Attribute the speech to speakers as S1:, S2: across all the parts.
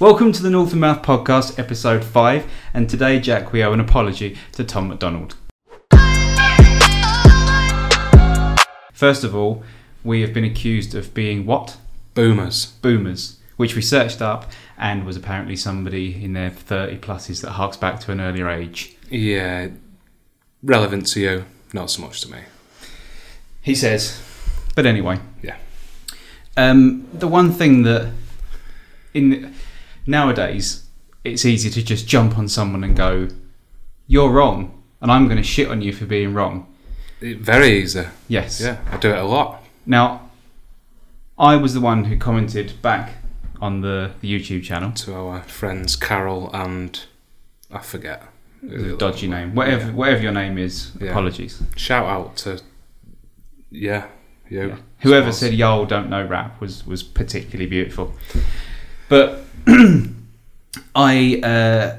S1: Welcome to the North and Mouth Podcast, episode 5. And today, Jack, we owe an apology to Tom McDonald. First of all, we have been accused of being what?
S2: Boomers.
S1: Boomers, which we searched up and was apparently somebody in their 30 pluses that harks back to an earlier age.
S2: Yeah. Relevant to you, not so much to me.
S1: He says. But anyway,
S2: Yeah.
S1: um, the one thing that in nowadays it's easy to just jump on someone and go, "You're wrong," and I'm going to shit on you for being wrong.
S2: It- very easy.
S1: Yes.
S2: Yeah. I do it a lot.
S1: Now, I was the one who commented back on the, the YouTube channel,
S2: To our friends Carol and I forget.
S1: the dodgy name, whatever whatever your name is.
S2: Yeah.
S1: Apologies.
S2: Shout out to Yeah. You.
S1: Yeah. Whoever
S2: Suppose.
S1: said "Yo, don't know rap" was was particularly beautiful. But I uh,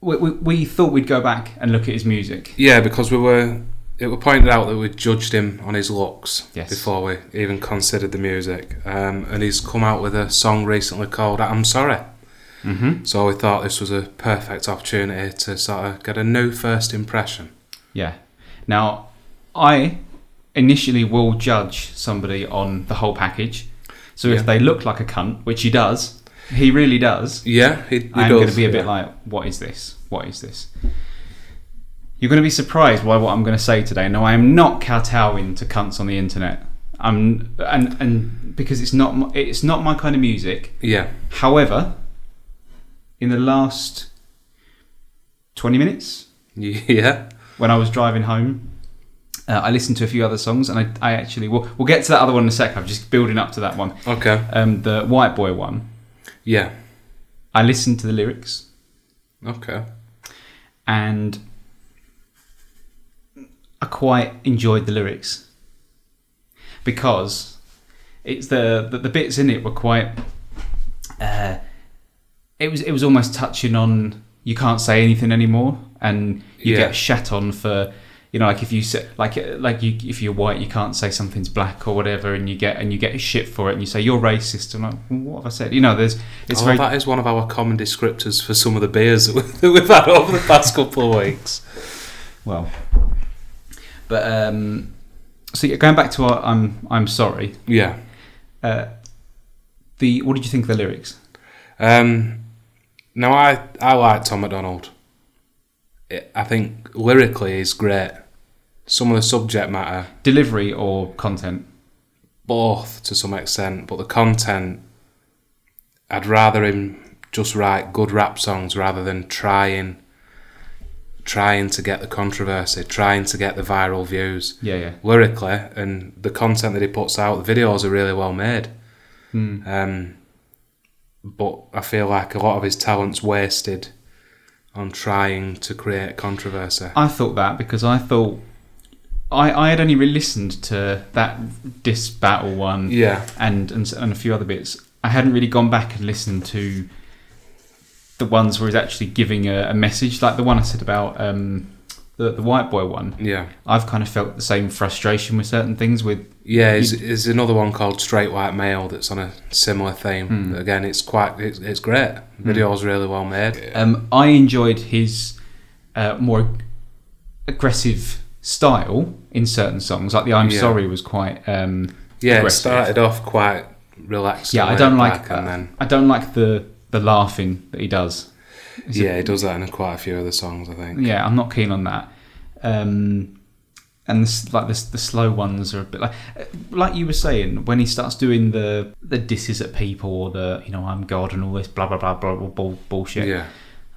S1: we, we, we thought we'd go back and look at his music.
S2: Yeah, because we were it were pointed out that we judged him on his looks
S1: Yes.
S2: before we even considered the music. Um, and he's come out with a song recently called I'm Sorry.
S1: Mm-hmm.
S2: So we thought this was a perfect opportunity to sort of get a new first impression.
S1: Yeah. Now, I initially will judge somebody on the whole package. So if
S2: Yeah.
S1: they look like a cunt, which he does, he really does,
S2: Yeah, he, he
S1: I'm
S2: does.
S1: going to be a bit
S2: yeah.
S1: like, what is this? What is this? You're going to be surprised by what I'm going to say today. No, I am not kowtowing to cunts on the internet. I'm and and because it's not my, it's not my kind of music.
S2: Yeah,
S1: However, in the last 20 minutes,
S2: yeah,
S1: when I was driving home. Uh, I listened to a few other songs, and I, I actually we'll, we'll get to that other one in a sec. I'm just building up to that one.
S2: okay,
S1: Um, the White Boy one.
S2: yeah,
S1: I listened to the lyrics,
S2: okay,
S1: and I quite enjoyed the lyrics because it's the the, the bits in it were quite. Uh, it was it was almost touching on you can't say anything anymore, and you
S2: Yeah.
S1: get shat on for you know like if you say like uh, like you if you're white you can't say something's black or whatever, and you get and you get shit for it, and you say you're racist, and I'm like well, what have I said? You know, there's it's
S2: oh,
S1: very
S2: that is one of our common descriptors for some of the beers that we- that we've had over the past couple of weeks.
S1: well. But um, so yeah, going back to our, I'm I'm sorry.
S2: Yeah,
S1: Uh, the what did you think of the lyrics?
S2: um, now I I like Tom McDonald. I I think lyrically he's great. Some of the subject matter,
S1: Delivery or content?
S2: both to some extent, but the content, I'd rather him just write good rap songs rather than trying, trying to get the controversy, trying to get the viral views.
S1: Yeah, yeah.
S2: Lyrically, and the content that he puts out, the videos are really well made.
S1: Hmm.
S2: Um, but I feel like a lot of his talent's wasted on trying to create controversy.
S1: I thought that because I thought I I had only really listened to that diss battle one
S2: Yeah,
S1: and and s- and a few other bits. I hadn't really gone back and listened to the ones where he's actually giving a, a message, like the one I said about um, the the white boy one.
S2: yeah.
S1: I've kind of felt the same frustration with certain things with
S2: Yeah, is is another one called Straight White Male that's on a similar theme.
S1: Hmm.
S2: But Again, it's quite it's, it's great. Video's really well made.
S1: Um, I enjoyed his uh, more aggressive style in certain songs. Like the "I'm
S2: Yeah.
S1: Sorry" was quite. Um,
S2: yeah, it
S1: aggressive.
S2: started off quite relaxed.
S1: yeah,
S2: and
S1: I
S2: laid
S1: don't like. uh,
S2: back, and then
S1: I don't like the the laughing that he does. Is it-
S2: yeah, he does that in quite a few other songs. I think.
S1: yeah, I'm not keen on that. Um, and this, like this, the slow ones are a bit like, uh, like you were saying, when he starts doing the the disses at people or the you know I'm God and all this blah blah blah blah, blah, blah bullshit.
S2: yeah,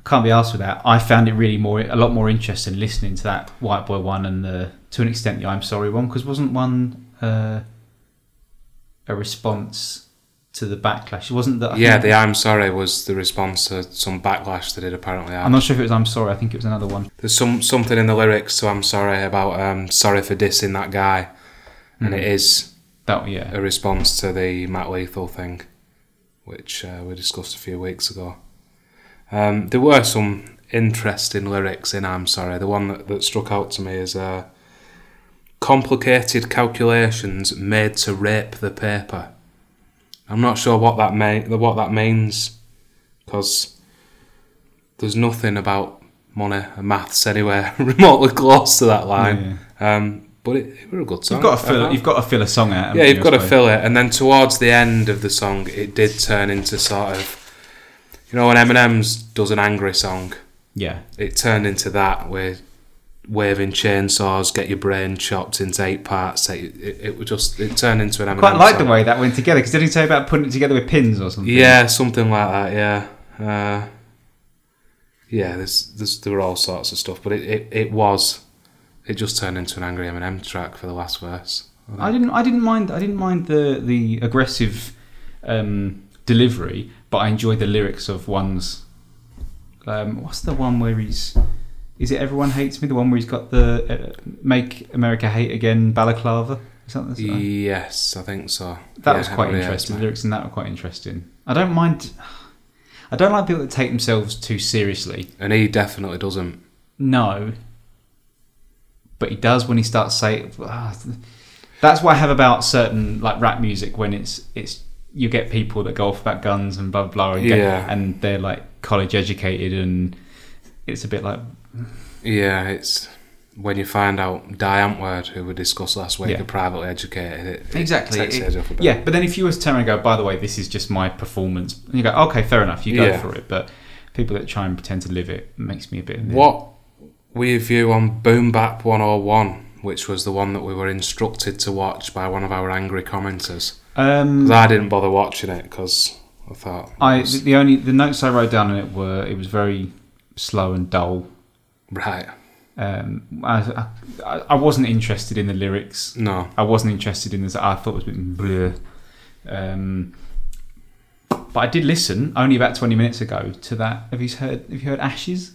S1: can't be asked with that. I found it really more a lot more interesting listening to that White Boy one and the to an extent the I'm Sorry one because wasn't one uh, a response to the backlash? It wasn't that? I
S2: yeah.
S1: think-
S2: The I'm sorry was the response to some backlash they did apparently.
S1: I'm not sure if it was I'm Sorry. I think it was another one.
S2: There's some something in the lyrics to I'm sorry about um sorry for dissing that guy, and it is
S1: That yeah.
S2: a response to the Matt Lethal thing, which uh, we discussed a few weeks ago. Um, there were some interesting lyrics in I'm Sorry. The one that, that struck out to me is uh, complicated calculations made to rape the paper. I'm not sure what that, mea- what that means because there's nothing about money and maths anywhere remotely close to that line. Um, but it, it were a good song.
S1: You've got to
S2: I
S1: fill.
S2: thought.
S1: You've got to fill a song out. haven't
S2: Uh-huh. yeah,
S1: you,
S2: you've
S1: I
S2: got to
S1: suppose?
S2: fill it, and then towards the end of the song, it did turn into sort of, you know, when Eminem's does an angry song,
S1: Yeah,
S2: it turned into that where waving chainsaws, get your brain chopped into eight parts. It, it, it was just it turned into an Eminem.
S1: quite like the
S2: song.
S1: way that went together. Because didn't he say about putting it together with pins or something?
S2: Yeah, something like that. Yeah, uh, yeah. There's, there's there were all sorts of stuff, but it, it, it was it just turned into an angry Eminem track for the last verse.
S1: I didn't. I didn't mind. I didn't mind the the aggressive um, delivery, but I enjoy the lyrics of one's. Um, what's the one where he's? Is it everyone hates me? The one where he's got the uh, "Make America Hate Again" balaclava. Is that, the-
S2: Yes, I think so.
S1: that
S2: Yeah,
S1: was quite
S2: everybody hates
S1: interesting. The
S2: me.
S1: lyrics in that were quite interesting. I don't mind. I don't like people that take themselves too seriously.
S2: And he definitely doesn't.
S1: No. But he does when he starts saying. ah, that's what I have about certain like rap music when it's it's you get people that go off about guns and blah blah, blah and, get-
S2: Yeah.
S1: and they're like college educated and it's a bit like
S2: Yeah, it's when you find out Diane Word, who we discussed last week,
S1: Yeah.
S2: are privately educated. It, it
S1: Exactly.
S2: takes the
S1: It-
S2: edge off a bit.
S1: yeah. But then if you was to turn around and go, by the way, this is just my performance, and you go, okay, fair enough, you go
S2: Yeah.
S1: for it. But people that try and pretend to live it makes me a bit.
S2: What we view on Boom Bap 101, which was the one that we were instructed to watch by one of our angry commenters.
S1: Um,
S2: 'Cause I didn't bother watching it because I thought. it
S1: I
S2: was-
S1: the only the notes I wrote down on it were it was very slow and dull.
S2: right.
S1: Um, I, I, I wasn't interested in the lyrics.
S2: No.
S1: I wasn't interested in this. I thought it was a bit blur. Um, but I did listen only about twenty minutes ago to that. Have you heard? Have you heard Ashes?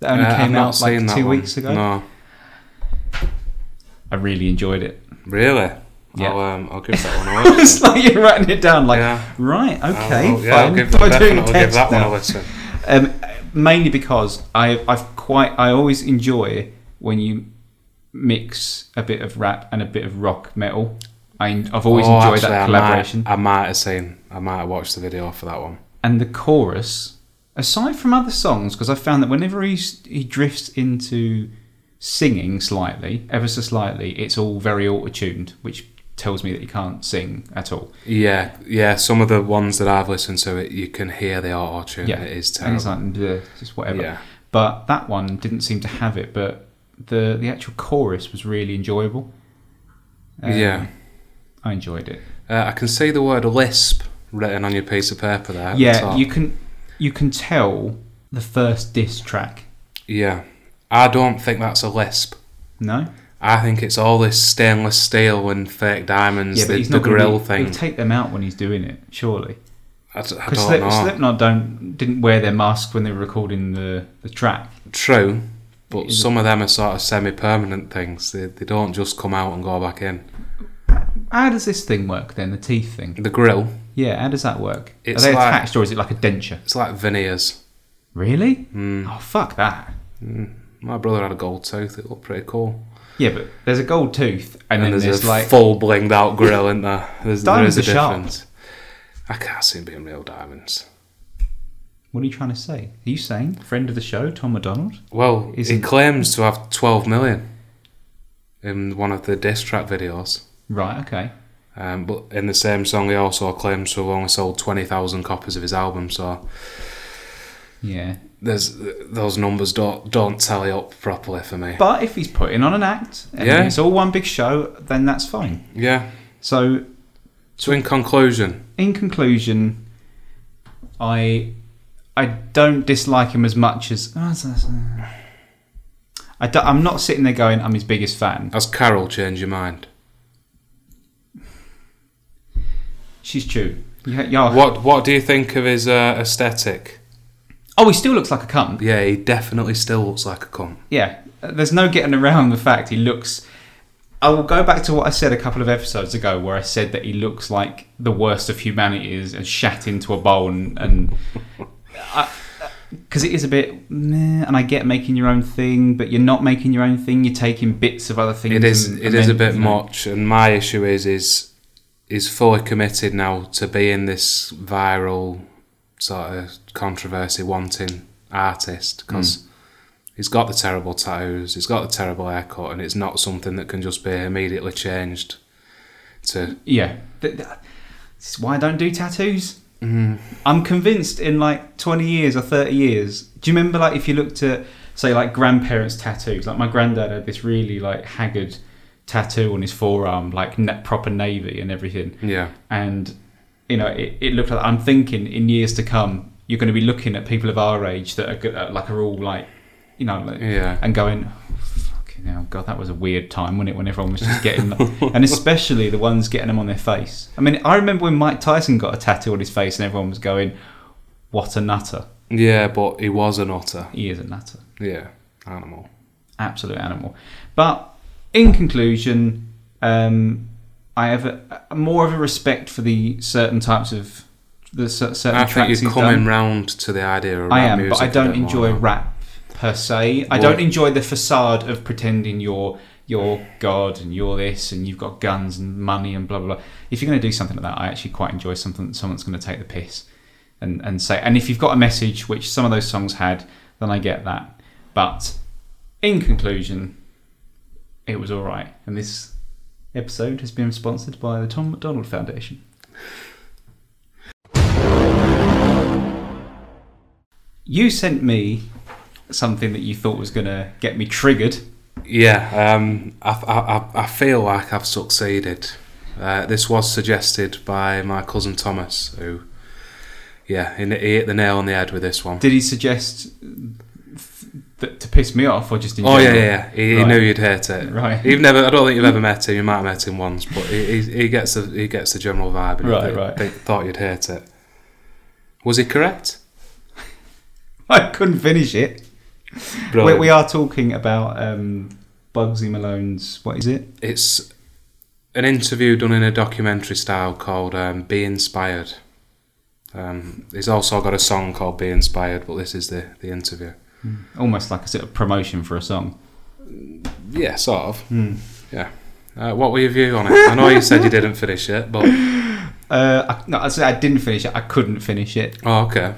S1: That only
S2: Uh, I've
S1: came
S2: not
S1: out like
S2: seen that
S1: two
S2: one.
S1: weeks ago.
S2: No.
S1: I really enjoyed it.
S2: Really?
S1: Yeah.
S2: I'll, um, I'll give that one a listen.
S1: it's like you're writing it down. Like
S2: Yeah.
S1: right, okay,
S2: I'll,
S1: fine.
S2: yeah, I'll give
S1: I'm
S2: that,
S1: doing
S2: definitely give
S1: text
S2: that one
S1: now.
S2: a listen.
S1: um, mainly because I, I've quite I always enjoy when you mix a bit of rap and a bit of rock metal. I, I've always
S2: Oh,
S1: enjoyed that
S2: actually, I might-
S1: collaboration.
S2: I might have seen. I might have watched the video for that one.
S1: And the chorus, aside from other songs, because I found that whenever he's, he drifts into singing slightly, ever so slightly, it's all very auto tuned, which tells me that he can't sing at all.
S2: Yeah, yeah. Some of the ones that I've listened to, it, you can hear the auto tune.
S1: Yeah,
S2: it is
S1: And
S2: terrible.
S1: it's like, "Bleh," just whatever.
S2: yeah,
S1: but that one didn't seem to have it. But the the actual chorus was really enjoyable. Um,
S2: yeah.
S1: I enjoyed it.
S2: Uh, I can see the word lisp written on your piece of paper there. at the
S1: yeah,
S2: top.
S1: you can you can tell the first diss track.
S2: yeah. I don't think that's a lisp.
S1: No,
S2: I think it's all this stainless steel and fake diamonds,
S1: yeah,
S2: the, the
S1: gonna
S2: grill
S1: be-
S2: thing.
S1: He'll take them out when he's doing it, surely.
S2: I d- I
S1: Because
S2: don't
S1: Slip,
S2: know.
S1: Slipknot don't didn't wear their mask when they were recording the, the track.
S2: True, but
S1: Is it-
S2: some of them are sort of semi-permanent things. They, they don't just come out and go back in.
S1: How does this thing work then? The teeth thing.
S2: The grill,
S1: Yeah, how does that work?
S2: It's
S1: Are they
S2: like-
S1: attached or is it like a denture?
S2: it's like veneers.
S1: Really?
S2: Mm.
S1: Oh fuck that.
S2: Mm. My brother had a gold tooth. It looked pretty cool.
S1: Yeah, but there's a gold tooth and,
S2: And,
S1: then
S2: there's,
S1: there's
S2: a
S1: like
S2: full blinged out grill, isn't there? There's, there
S1: Diamonds
S2: is a
S1: are sharp.
S2: difference. I can't see them being real diamonds.
S1: What are you trying to say? Are you saying friend of the show, Tom O'Donnell?
S2: Well, he
S1: Isn't-
S2: claims to have 12 million in one of the diss track videos.
S1: Right, okay.
S2: Um, but in the same song, he also claims to have only sold 20,000 copies of his album. So
S1: Yeah.
S2: there's those numbers don't don't tally up properly for me.
S1: But if he's putting on an act and
S2: Yeah.
S1: it's all one big show, then that's fine.
S2: Yeah.
S1: So,
S2: So in conclusion,
S1: in conclusion, I I don't dislike him as much as I don't, I'm not sitting there going, I'm his biggest fan.
S2: has Carol changed your mind?
S1: She's true. Yeah, yeah.
S2: What What do you think of his uh, aesthetic?
S1: Oh, he still looks like a cunt.
S2: Yeah, he definitely still looks like a cunt.
S1: yeah, there's no getting around the fact he looks. I will go back to what I said a couple of episodes ago, where I said that he looks like the worst of humanity is and shat into a bowl, and and because it is a bit. Meh, and I get making your own thing, but you're not making your own thing. You're taking bits of other things.
S2: It is.
S1: and-
S2: It
S1: and
S2: is a
S1: then,
S2: bit
S1: you know.
S2: much, and my issue is is is fully committed now to being this viral sort of controversy wanting artist because
S1: Mm.
S2: he's got the terrible tattoos, he's got the terrible haircut, and it's not something that can just be immediately changed to
S1: Yeah. Th- th- This is why I don't do tattoos. I'm convinced in like 20 years or 30 years. Do you remember like if you looked at say like grandparents' tattoos? Like my granddad had this really like haggard tattoo on his forearm, like na- proper navy and everything.
S2: yeah.
S1: And you know, it, it looked like I'm thinking in years to come, you're going to be looking at people of our age that are go- uh, like are all like, you know, like,
S2: Yeah.
S1: and going, "Oh, fucking hell, God, that was a weird time, wasn't it? When everyone was just getting, and especially the ones getting them on their face. I mean, I remember when Mike Tyson got a tattoo on his face, and everyone was going, "What a nutter!
S2: Yeah, but he was an otter.
S1: He is a nutter,
S2: Yeah, animal.
S1: absolute animal." But in conclusion, um, I have a, a- more of a respect for the certain types of the cer- certain
S2: I
S1: tracks
S2: think you're
S1: he's
S2: coming
S1: done.
S2: round to the idea of rap
S1: I am,
S2: music
S1: but I
S2: a
S1: don't
S2: bit more
S1: enjoy
S2: now.
S1: rap per se. I
S2: Well-
S1: don't enjoy the facade of pretending you're you're God and you're this and you've got guns and money and blah blah blah. If you're going to do something like that, I actually quite enjoy something that someone's going to take the piss and and say. And if you've got a message, which some of those songs had, then I get that. But in conclusion, it was all right. And this episode has been sponsored by the Tom McDonald Foundation. You sent me something that you thought was going to get me triggered.
S2: Yeah, um, I, I, I- I feel like I've succeeded. Uh, this was suggested by my cousin Thomas, who, yeah, he, he hit the nail on the head with this one.
S1: Did he suggest f- that to piss me off or just in
S2: Oh yeah,
S1: general?
S2: yeah, yeah. He, he
S1: Right.
S2: knew you'd hate it.
S1: Right.
S2: You've never. I don't think you've ever met him. You might have met him once, but he, he, he gets the he gets the general vibe. and
S1: Right,
S2: they-
S1: right.
S2: They thought you'd hate it. Was he correct?
S1: I couldn't finish it. We,
S2: Brilliant.
S1: we are talking about um, Bugsy Malone's, what is it?
S2: It's an interview done in a documentary style called um, "Be Inspired." Um, he's also got a song called "Be Inspired," but this is the the interview.
S1: Almost like a sort of promotion for a song.
S2: Yeah, sort of.
S1: Hmm.
S2: Yeah. Uh, what were your view on it? I know you said you didn't finish it, but
S1: Uh, I, no, I say I didn't finish it. I couldn't finish it.
S2: oh, okay.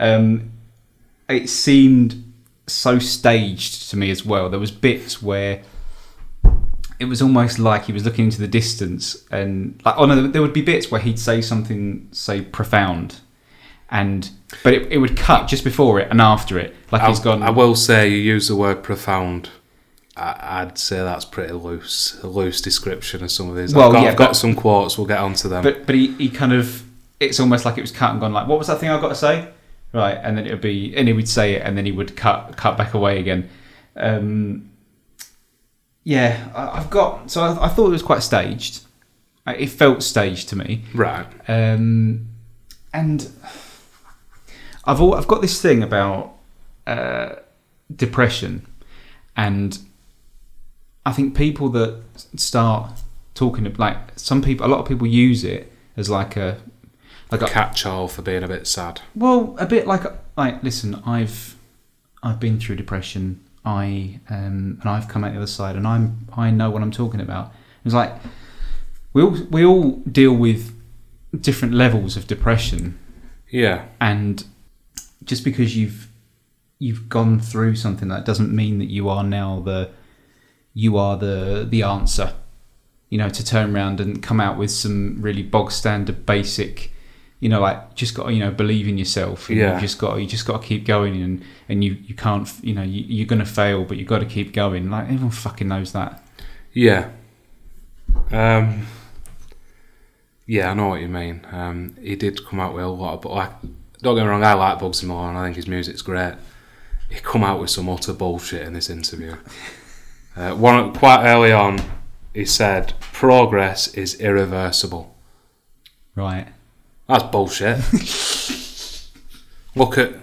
S1: Um, it seemed so staged to me as well. There was bits where it was almost like he was looking into the distance, and like oh no, there would be bits where he'd say something say profound, and but it, it would cut just before it and after it, like
S2: I,
S1: he's gone.
S2: I will say you use the word profound. I, I'd say that's pretty loose, a loose description of some of these.
S1: Well,
S2: I've got,
S1: yeah,
S2: I've got
S1: but-
S2: some quotes. We'll get onto them.
S1: But but he, he kind of it's almost like it was cut and gone like what was that thing I got to say right and then it would be and he would say it and then he would cut cut back away again. Um, yeah, I, I've got so I, I thought it was quite staged. I- It felt staged to me,
S2: right.
S1: um, and I've all, I've got this thing about uh, depression, and I think people that start talking ab- like some people, a lot of people use it as like a like a,
S2: Catch all for being a bit sad.
S1: well, a bit like like listen, I've I've been through depression. I um, and I've come out the other side, and I'm I know what I'm talking about. It's like we all we all deal with different levels of depression,
S2: Yeah.
S1: and just because you've you've gone through something, that doesn't mean that you are now the you are the the answer. You know, to turn around and come out with some really bog standard basic. You know, like just got to, you know believe in yourself. And
S2: Yeah.
S1: You just got to, you just got to keep going, and and you you can't f- you know you, you're gonna fail, but you got to keep going. Like everyone fucking knows that.
S2: Yeah. Um, yeah, I know what you mean. Um, he did come out with a lot of, but like, don't get me wrong, I like Bugs Malone. I think his music's great. He come out with some utter bullshit in this interview. Uh, one quite early on, he said, "Progress is irreversible."
S1: Right.
S2: That's bullshit. Look at,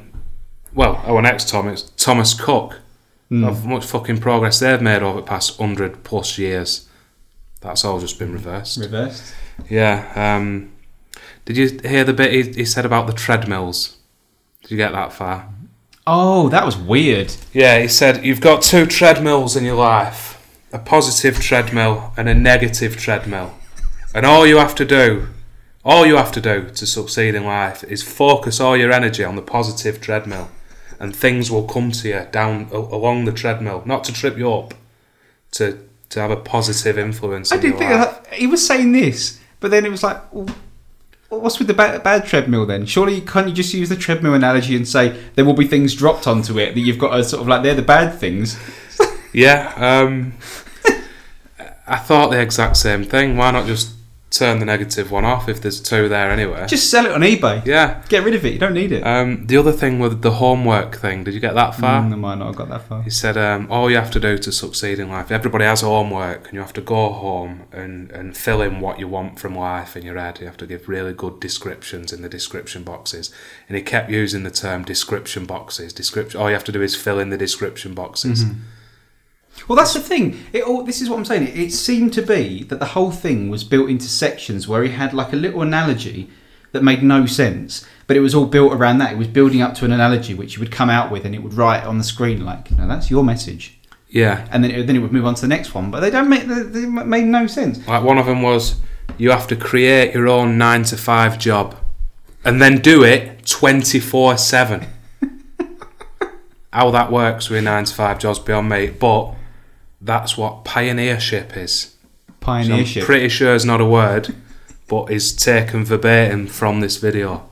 S2: well, our next Thomas, Thomas Cook. Of much fucking progress they've made over the past hundred plus years. That's all just been reversed.
S1: Reversed.
S2: Yeah. Um, did you hear the bit he, he said about the treadmills? Did you get that far?
S1: Oh, that was weird.
S2: Yeah, he said, You've got two treadmills in your life a positive treadmill and a negative treadmill. And all you have to do All you have to do to succeed in life is focus all your energy on the positive treadmill, and things will come to you down a- along the treadmill, not to trip you up, to to have a positive influence.
S1: I
S2: in
S1: did
S2: your
S1: think
S2: life.
S1: that, he was saying this, but then it was like, well, what's with the bad, bad treadmill then? Surely can't you just use the treadmill analogy and say there will be things dropped onto it that you've got to sort of like they're the bad things.
S2: Yeah, um, I thought the exact same thing. Why not just turn the negative one off if there's two there anyway?
S1: Just sell it on eBay.
S2: yeah.
S1: Get rid of it. You don't need it.
S2: Um, the other thing with the homework thing, did you get that far?
S1: Mm, I might not have got that far.
S2: He said, um, all you have to do to succeed in life, everybody has homework, and you have to go home and, and fill in what you want from life in your head. You have to give really good descriptions in the description boxes. And he kept using the term description boxes. Description. All you have to do is fill in the description boxes.
S1: Well, that's the thing. It all, this is what I'm saying. It, it seemed to be that the whole thing was built into sections where he had like a little analogy that made no sense, but it was all built around that. It was building up to an analogy which he would come out with, and it would write on the screen like, "No, that's your message,"
S2: Yeah.
S1: and then it, then it would move on to the next one. But they don't make they, they ma- made no sense.
S2: Like one of them was, you have to create your own nine to five job, and then do it twenty four seven. How that works with nine to five jobs beyond me, but that's what pioneership is. So I'm
S1: Pioneership.
S2: pretty sure it's not a word, but is taken verbatim from this video.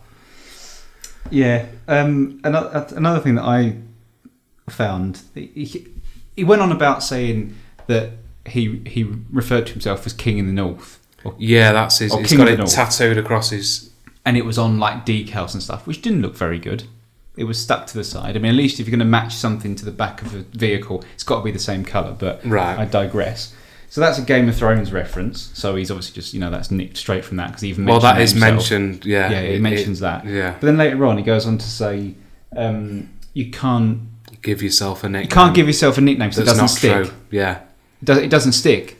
S1: Yeah. Um, another, another thing that I found, he, he went on about saying that he he referred to himself as king in the north, or
S2: Yeah, that's his.
S1: Oh,
S2: he's
S1: King
S2: got
S1: of
S2: it
S1: the North.
S2: tattooed across his.
S1: and it was on like decals and stuff, which didn't look very good. It was stuck to the side. I mean, at least if you're going to match something to the back of a vehicle, it's got to be the same colour. But
S2: Right.
S1: I digress. So that's a Game of Thrones reference. So he's obviously just you know that's nicked straight from that because he even
S2: Well,
S1: mentioned
S2: that is
S1: himself.
S2: mentioned. Yeah,
S1: Yeah, he
S2: it- it-
S1: mentions that.
S2: Yeah,
S1: But then later on, he goes on to say, um, "You can't,
S2: give yourself a nickname.
S1: you can't give yourself a nickname, so it
S2: Um, that's
S1: doesn't
S2: not
S1: stick.
S2: true. Yeah,
S1: It does- It doesn't stick.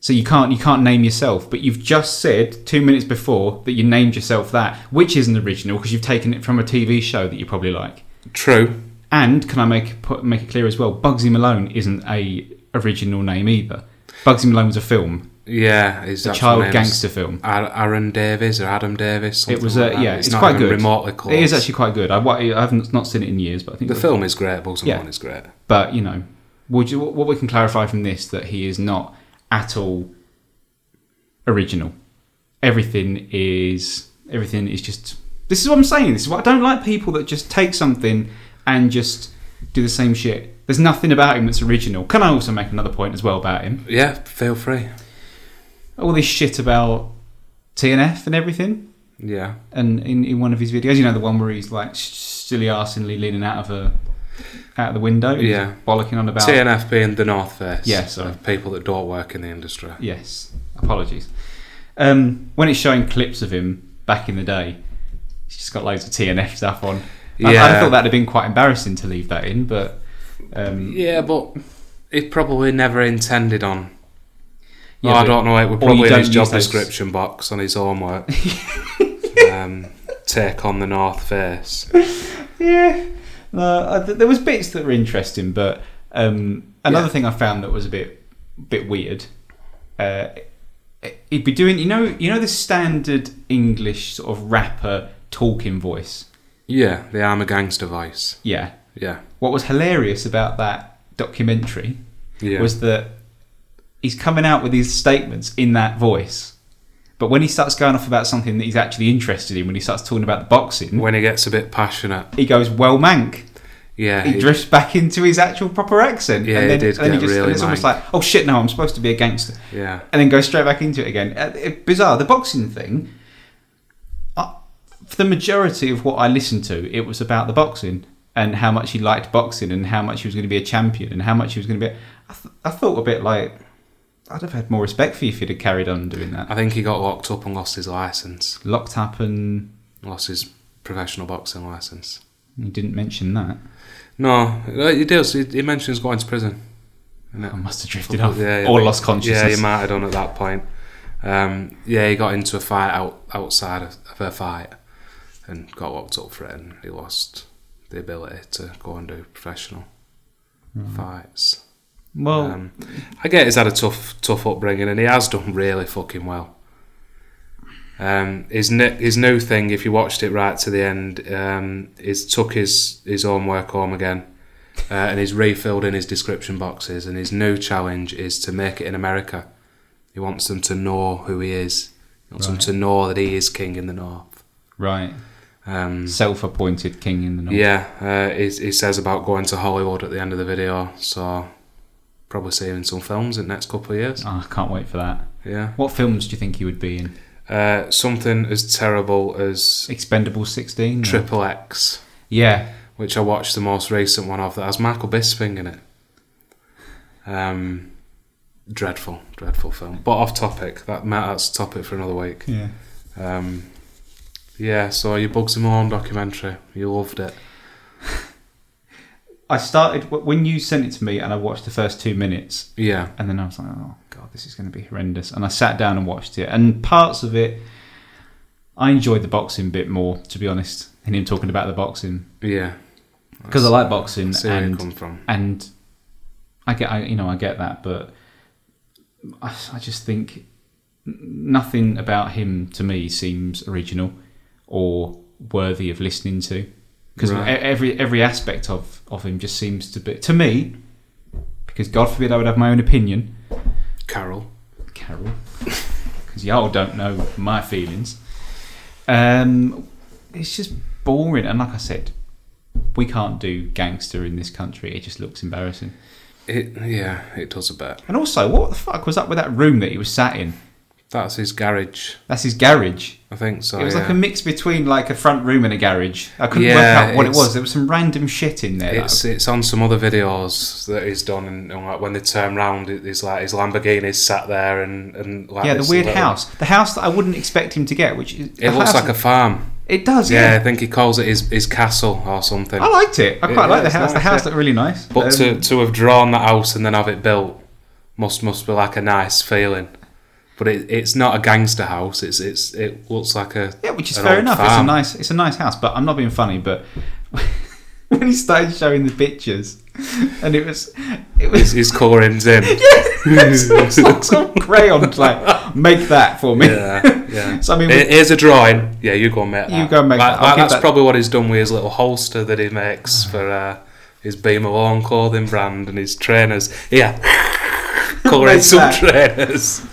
S1: So you can't, you can't name yourself. But you've just said two minutes before that you named yourself that, which isn't original because you've taken it from a TV show that you probably like.
S2: true.
S1: And can I make put, make it clear as well? Bugsy Malone isn't a original name either. Bugsy Malone was a film,
S2: Yeah, is
S1: a child gangster film.
S2: Aaron Davis or Adam Davis.
S1: It was,
S2: something
S1: uh,
S2: like that.
S1: yeah, it's,
S2: not
S1: quite
S2: even
S1: good.
S2: Remotely close.
S1: It is actually quite good. I, wa- I haven't not seen it in years, but I think
S2: the
S1: it was-
S2: film is great. Balls and
S1: Yeah.
S2: One is great.
S1: But you know, would you, what we can clarify from this that he is not at all original. Everything is everything is just. This is what I'm saying. This is what I don't like people that just take something and just do the same shit. There's nothing about him that's original. Can I also make another point as well about him?
S2: Yeah, feel free.
S1: all this shit about TNF and everything.
S2: Yeah,
S1: And in, in one of his videos, you know, the one where he's like silly arsingly leaning out of a out of the window, and
S2: Yeah.
S1: bollocking on about
S2: TNF being the North Face.
S1: Yeah, sorry.
S2: of people that don't work in the industry.
S1: yes, apologies. Um, when it's showing clips of him back in the day, he's just got loads of TNF stuff on. I,
S2: Yeah.
S1: I thought that'd have been quite embarrassing to leave that in, but um,
S2: Yeah, but it probably never intended on.
S1: Yeah,
S2: Oh, I
S1: but-
S2: don't know. It would
S1: or you
S2: probably in
S1: don't
S2: his job
S1: use those-
S2: description box on his homework. um, take on the North Face.
S1: Yeah, no, I, th- there was bits that were interesting, but um, another thing I found that was a bit bit weird. Uh, he'd be doing, you know, you know the standard English sort of rapper talking voice.
S2: Yeah, the I'm a gangster voice.
S1: Yeah.
S2: Yeah,
S1: What was hilarious about that documentary
S2: yeah.
S1: was that he's coming out with his statements in that voice. But when he starts going off about something that he's actually interested in, when he starts talking about the boxing,
S2: when he gets a bit passionate.
S1: he goes, "Well, mank."
S2: Yeah,
S1: he
S2: he-
S1: drifts back into his actual proper accent.
S2: Yeah,
S1: and
S2: he
S1: then,
S2: did
S1: and then
S2: get really
S1: and it's almost
S2: mank.
S1: like, oh shit, no, I'm supposed to be a gangster,
S2: yeah.
S1: and then go straight back into it again. Uh, it- bizarre. The boxing thing. I, for the majority of what I listened to, it was about the boxing and how much he liked boxing and how much he was going to be a champion and how much he was going to be. I, th- I thought a bit like. I'd have had more respect for you if you'd have carried on doing that.
S2: I think he got locked up and lost his license,
S1: Locked up and
S2: lost his professional boxing license.
S1: you didn't mention that.
S2: No, no, he does. He, he mentions going to prison.
S1: I must have drifted
S2: Yeah,
S1: off
S2: yeah,
S1: or
S2: but-
S1: lost consciousness.
S2: Yeah, he might have done at that point. Um, yeah, he got into a fight out outside of, of a fight and got locked up for it, and he lost the ability to go and do professional Hmm. fights.
S1: well,
S2: Um, I get he's had a tough, tough upbringing, and he has done really fucking well. Um, his new, his new thing, if you watched it right to the end, um, is took his his own work home again, uh, and he's refilled in his description boxes. And his new challenge is to make it in America. He wants them to know who he is. He wants
S1: Right.
S2: them to know that he is king in the north.
S1: Right.
S2: Um,
S1: Self-appointed king in the north.
S2: yeah, uh, he, he says about going to Hollywood at the end of the video, so probably seeing some films in the next couple of years.
S1: Oh, I can't wait for that.
S2: Yeah,
S1: What films do you think he would be in?
S2: uh, something as terrible as
S1: Expendable 16?
S2: Triple X,
S1: Yeah.
S2: which I watched the most recent one of that has Michael Bisping in it. Um, dreadful, dreadful film. But off topic. That that's a topic for another week.
S1: Yeah.
S2: Um, yeah, so your Bugs and Malone documentary, you loved it.
S1: I started wh- when you sent it to me, and I watched the first two minutes,
S2: Yeah,
S1: and then I was like, "Oh God, this is going to be horrendous." And I sat down and watched it, and parts of it, I enjoyed the boxing bit more, to be honest, and him talking about the boxing
S2: yeah.
S1: because I like boxing,
S2: See where you
S1: and
S2: come from.
S1: and I get, I, you know, I get that, but I, I just think n- nothing about him to me seems original or worthy of listening to because
S2: Right.
S1: every every aspect of of him just seems to be to me. Because God forbid I would have my own opinion,
S2: Carol.
S1: Carol. Because y'all don't know my feelings. Um, it's just boring, and like I said, we can't do gangster in this country. It just looks embarrassing.
S2: It yeah, it does a bit.
S1: And also, what the fuck was up with that room that he was sat in?
S2: That's his garage,
S1: That's his garage.
S2: I think so.
S1: it was
S2: Oh, yeah.
S1: like a mix between like a front room and a garage. I couldn't
S2: Yeah,
S1: work out what it
S2: it's-
S1: was. There was some random shit in there. that I-
S2: it's it's on some other videos that he's done, and, and like when they turn round, it, it's like his Lamborghini's sat there, and and like
S1: yeah, the
S2: this
S1: weird
S2: little-
S1: house. The house that I wouldn't expect him to get, which is
S2: It looks like a farm.
S1: It does,
S2: Yeah,
S1: yeah.
S2: I think he calls it his, his castle or something.
S1: I liked it. I
S2: Yeah,
S1: quite like the
S2: it's
S1: house. the
S2: nice,
S1: house
S2: yeah.
S1: looked really nice.
S2: But
S1: Um,
S2: to to have drawn that house and then have it built must must be like a nice feeling. But it, it's not a gangster house. It's it's it looks like a
S1: Yeah, which is
S2: an
S1: fair
S2: old
S1: enough. It's a
S2: farm.
S1: nice, it's a nice house. But I'm not being funny. But when he started showing the pictures, and it was, it
S2: his,
S1: was,
S2: his colouring's in.
S1: it was like some crayon. Like, make that for me.
S2: Yeah, yeah.
S1: So I mean,
S2: Here- Here's a drawing. Yeah, you go and make that.
S1: You go and make
S2: Like-
S1: that. I'll
S2: like
S1: give
S2: that's
S1: that-
S2: probably what he's done with his little holster that he makes for uh, his Beam Malone clothing brand and his trainers. Yeah, colouring
S1: Make
S2: some
S1: that.
S2: trainers.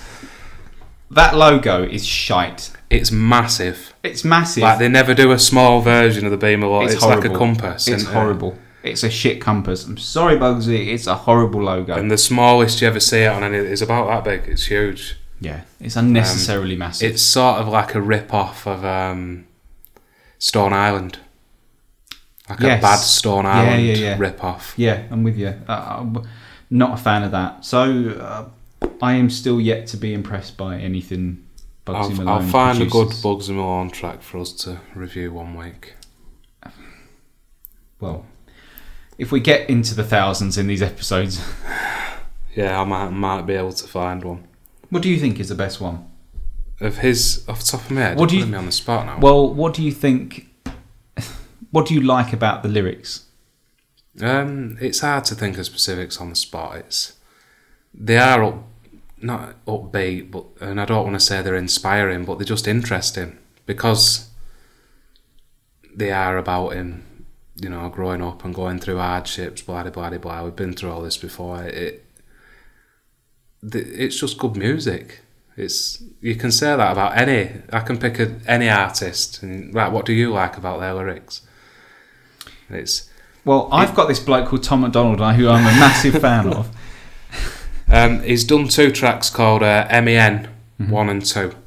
S1: that logo is shite.
S2: It's massive.
S1: It's massive.
S2: Like they never do a small version of the Beam Malone.
S1: it's
S2: It's, like a
S1: horrible.
S2: compass.
S1: it's
S2: and, uh,
S1: horrible. It's a shit compass. I'm sorry, Bugsy. It's a horrible logo.
S2: and the smallest you ever see it on any is about that big. It's huge.
S1: yeah, it's unnecessarily massive.
S2: Um, It's sort of like a rip off of um, Stone Island. Like
S1: Yes.
S2: a bad Stone
S1: Yeah, yeah,
S2: Island
S1: yeah.
S2: rip off.
S1: Yeah, I'm with you. Uh, I'm not a fan of that. So uh, I am still yet to be impressed by anything Bugsy
S2: I'll,
S1: Malone
S2: I'll find a good
S1: produces.
S2: Bugsy Malone track for us to review one week.
S1: Well, if we get into the thousands in these episodes,
S2: Yeah, I might might be able to find one
S1: what do you think is the best one?
S2: of his off the top of my head.
S1: What do you-
S2: you're putting me on the spot now?
S1: Well, what do you think? What do you like about the lyrics?
S2: um, it's hard to think of specifics on the spot. It's they are up, not upbeat, but and I don't want to say they're inspiring, but they're just interesting because they are about him, you know, growing up and going through hardships, blah de blah de blah. We've been through all this before. It, th it's just good music. It's you can say that about any. I can pick a, any artist and right. What do you like about their lyrics? It's
S1: Well, I've got this bloke called Tom McDonald, uh, who I'm a massive fan of.
S2: um, he's done two tracks called uh, MEN one and two.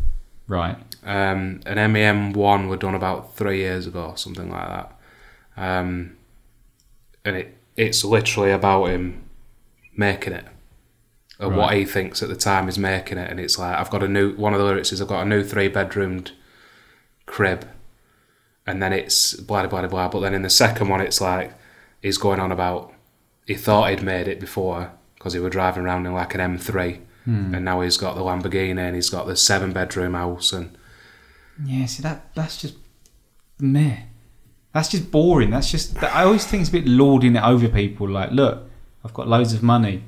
S1: Right.
S2: Um, an MEM one were done about three years ago, something like that. Um, and it it's literally about him making it, or what
S1: Right.
S2: he thinks at the time is making it. And it's like I've got a new one of the lyrics is I've got a new three bedroomed crib, and then it's blah blah blah blah. But then in the second one, it's like he's going on about he thought he'd made it before because he were driving around in like an M3, and now he's got the Lamborghini and he's got the seven bedroom house and.
S1: Yeah, see that that's just meh. That's just boring. That's just that- I always think it's a bit lording it over people. Like, look, I've got loads of money.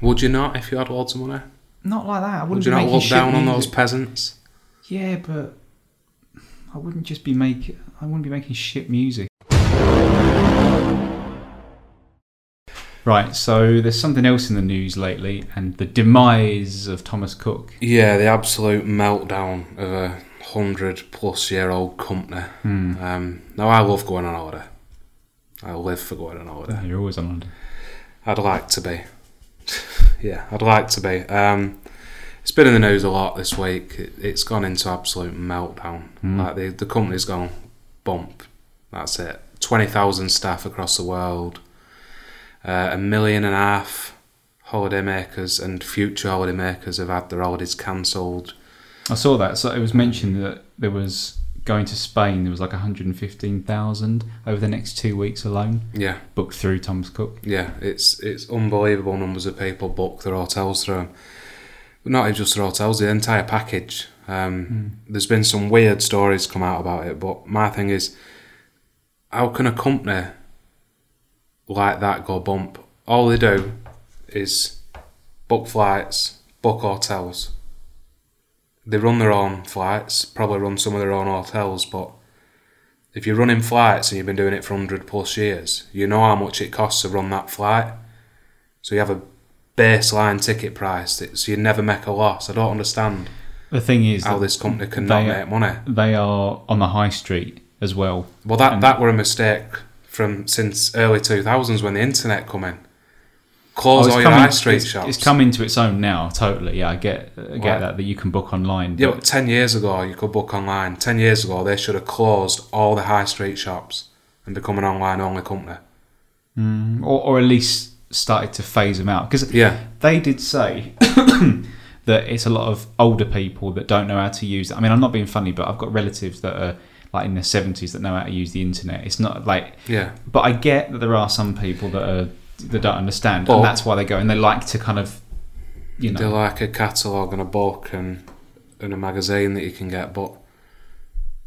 S2: Would you not if you had loads of money?
S1: Not like that. I wouldn't
S2: Would you
S1: be
S2: not
S1: making
S2: look
S1: shit
S2: down on
S1: music.
S2: those peasants?
S1: Yeah, but I wouldn't just be making. I wouldn't be making shit music. Right, so there's something else in the news lately, and the demise of Thomas Cook.
S2: Yeah, the absolute meltdown of a hundred plus year old company.
S1: Hmm.
S2: Um, now I love going on holiday. I live for going on holiday.
S1: You're always on holiday.
S2: I'd like to be. yeah, I'd like to be. Um, it's been in the news a lot this week. It, it's gone into absolute meltdown.
S1: Mm.
S2: Like the, the company's gone bump. That's it. 20,000 staff across the world, uh, a million and a half holidaymakers and future holidaymakers have had their holidays cancelled.
S1: I saw that. So it was mentioned that there was going to Spain. There was like 115,000 over the next two weeks alone,
S2: Yeah,
S1: booked through Thomas Cook.
S2: Yeah, it's it's unbelievable numbers of people book their hotels through 'em. But Not just their hotels, the entire package. Um, There's been some weird stories come out about it, but my thing is, how can a company like that go bump? All they do is book flights, book hotels. They run their own flights, probably run some of their own hotels, but if you're running flights and you've been doing it for 100 plus years, you know how much it costs to run that flight. So you have a baseline ticket price, that- so you never make a loss. I don't understand
S1: The thing is,
S2: how
S1: that
S2: this company can not
S1: they-
S2: make money.
S1: they are on the high street as well.
S2: Well, that, that were a mistake from since early 2000s when the internet come in. Close
S1: Oh, it's
S2: all your
S1: coming-
S2: high street
S1: it's,
S2: shops.
S1: It's come into its own now, totally. Yeah, I get I get
S2: Right.
S1: that that you can book online.
S2: Yeah,
S1: but
S2: but 10 years ago, you could book online. 10 years ago, they should have closed all the high street shops and become an online only company.
S1: Mm, or, or at least started to phase them out because
S2: Yeah.
S1: they did say that it's a lot of older people that don't know how to use. I mean, I'm not being funny, but I've got relatives that are like in their 70s that know how to use the internet. It's not like,
S2: Yeah.
S1: but I get that there are some people that are that don't understand,
S2: But-
S1: and that's why they go and they like to kind of, you know,
S2: They're like a catalogue and a book and and a magazine that you can get, but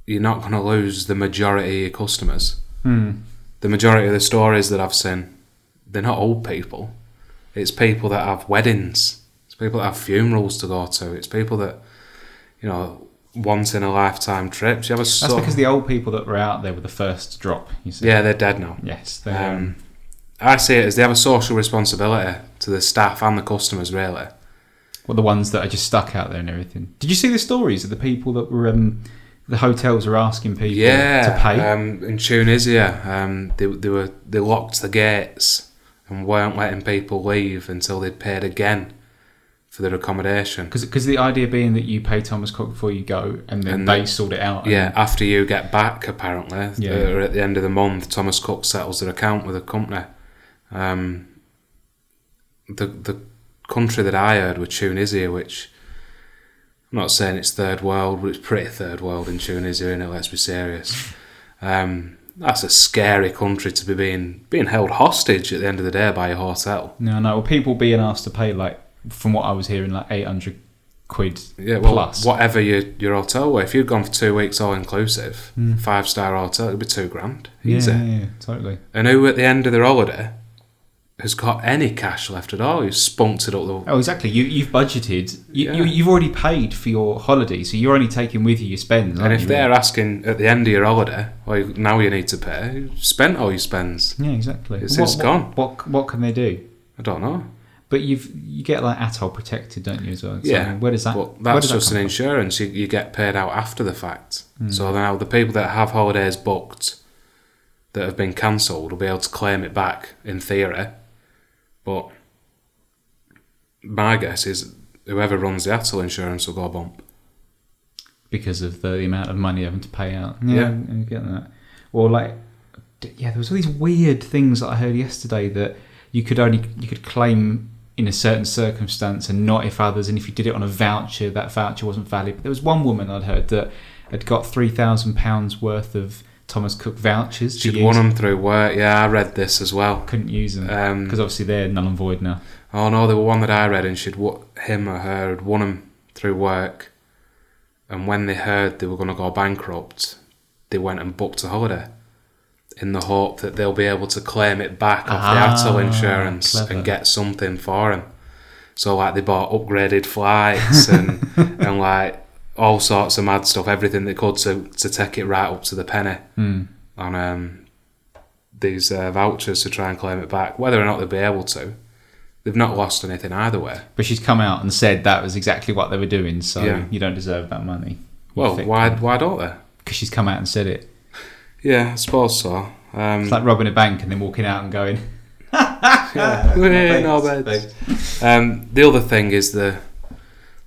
S2: you're not going to lose the majority of your customers.
S1: hmm,
S2: The majority of the stories that I've seen, they're not old people. It's people that have weddings. It's people that have funerals to go to. It's people that, you know, once in a lifetime trips. You have a
S1: that's
S2: sort
S1: because the old people that were out there were the first to drop. You see,
S2: yeah, they're dead now.
S1: yes, they
S2: Um, I see it as they have a social responsibility to the staff and the customers, really.
S1: Well, the ones that are just stuck out there and everything. Did you see the stories of the people that were um, the hotels were asking people
S2: yeah,
S1: to pay?
S2: Um, in Tunisia, um, they, they were they locked the gates and weren't letting people leave until they'd paid again for their accommodation.
S1: Because the idea being that you pay Thomas Cook before you go, and then
S2: And
S1: they sort it out. and-
S2: Yeah, after you get back, apparently, uh,
S1: Yeah.
S2: or at the end of the month, Thomas Cook settles their account with the company. Um, the the country that I heard was Tunisia, which I'm not saying it's third world, but it's pretty third world in Tunisia, innit? Let's be serious. Um, that's a scary country to be being being held hostage at the end of the day by a hotel.
S1: No, no. Well, people being asked to pay like, from what I was hearing, like eight hundred quid.
S2: Yeah, well,
S1: Plus.
S2: whatever your your hotel were, if you'd gone for two weeks all inclusive, five star hotel, it'd be two grand. Easy.
S1: Hmm. Yeah, yeah, yeah, totally.
S2: and who at the end of their holiday has got any cash left at all, who's spunked it up the
S1: Oh, exactly. You you've budgeted. You,
S2: Yeah.
S1: you you've already paid for your holiday, so you're only taking with you your spends.
S2: and
S1: aren't
S2: if
S1: you,
S2: they're asking at the end of your holiday, well, you- now you need to pay, you've spent all your spends.
S1: really? yeah, exactly.
S2: It's-
S1: What-
S2: it's
S1: what-
S2: gone.
S1: What what can they do?
S2: I don't know.
S1: But you've you get like atoll protected, don't you? As well. So,
S2: yeah.
S1: Where does that?
S2: Well,
S1: where
S2: that's
S1: does that
S2: just
S1: come from?
S2: an
S1: Hmm.
S2: insurance. You, you get paid out after the fact. So now the people that have holidays booked that have been cancelled will be able to claim it back in theory. But my guess is whoever runs the atoll insurance will go bump.
S1: because of the, the amount of money having to pay out.
S2: Yeah.
S1: Yeah, I get that. Or like, d- yeah, there was all these weird things that I heard yesterday that you could only you could claim in a certain circumstance and not if others, and if you did it on a voucher, that voucher wasn't valid. But there was one woman I'd heard that had got three thousand pounds worth of Thomas Cook vouchers. to
S2: She'd
S1: use.
S2: won them through work. Yeah, I read this as well.
S1: Couldn't use them because
S2: Um,
S1: obviously they're null and void now.
S2: oh no, there were one that I read, and she'd wo- him or her had won them through work. And when they heard they were going to go bankrupt, they went and booked a holiday in the hope that they'll be able to claim it back off
S1: Ah,
S2: the ATO insurance
S1: clever.
S2: and get something for him. So like they bought upgraded flights and and like all sorts of mad stuff, everything they could to, to take it right up to the penny
S1: Hmm.
S2: on um, these uh, vouchers to try and claim it back. Whether or not they'll be able to, they've not lost anything either way.
S1: But she's come out and said that was exactly what they were doing, so
S2: Yeah.
S1: you don't deserve that money.
S2: Well, why why don't they?
S1: Because she's come out and said it.
S2: Yeah, I suppose so. Um,
S1: It's like robbing a bank and then walking out and going,
S2: yeah, yeah, no
S1: Thanks,
S2: beds. Um, the other thing is the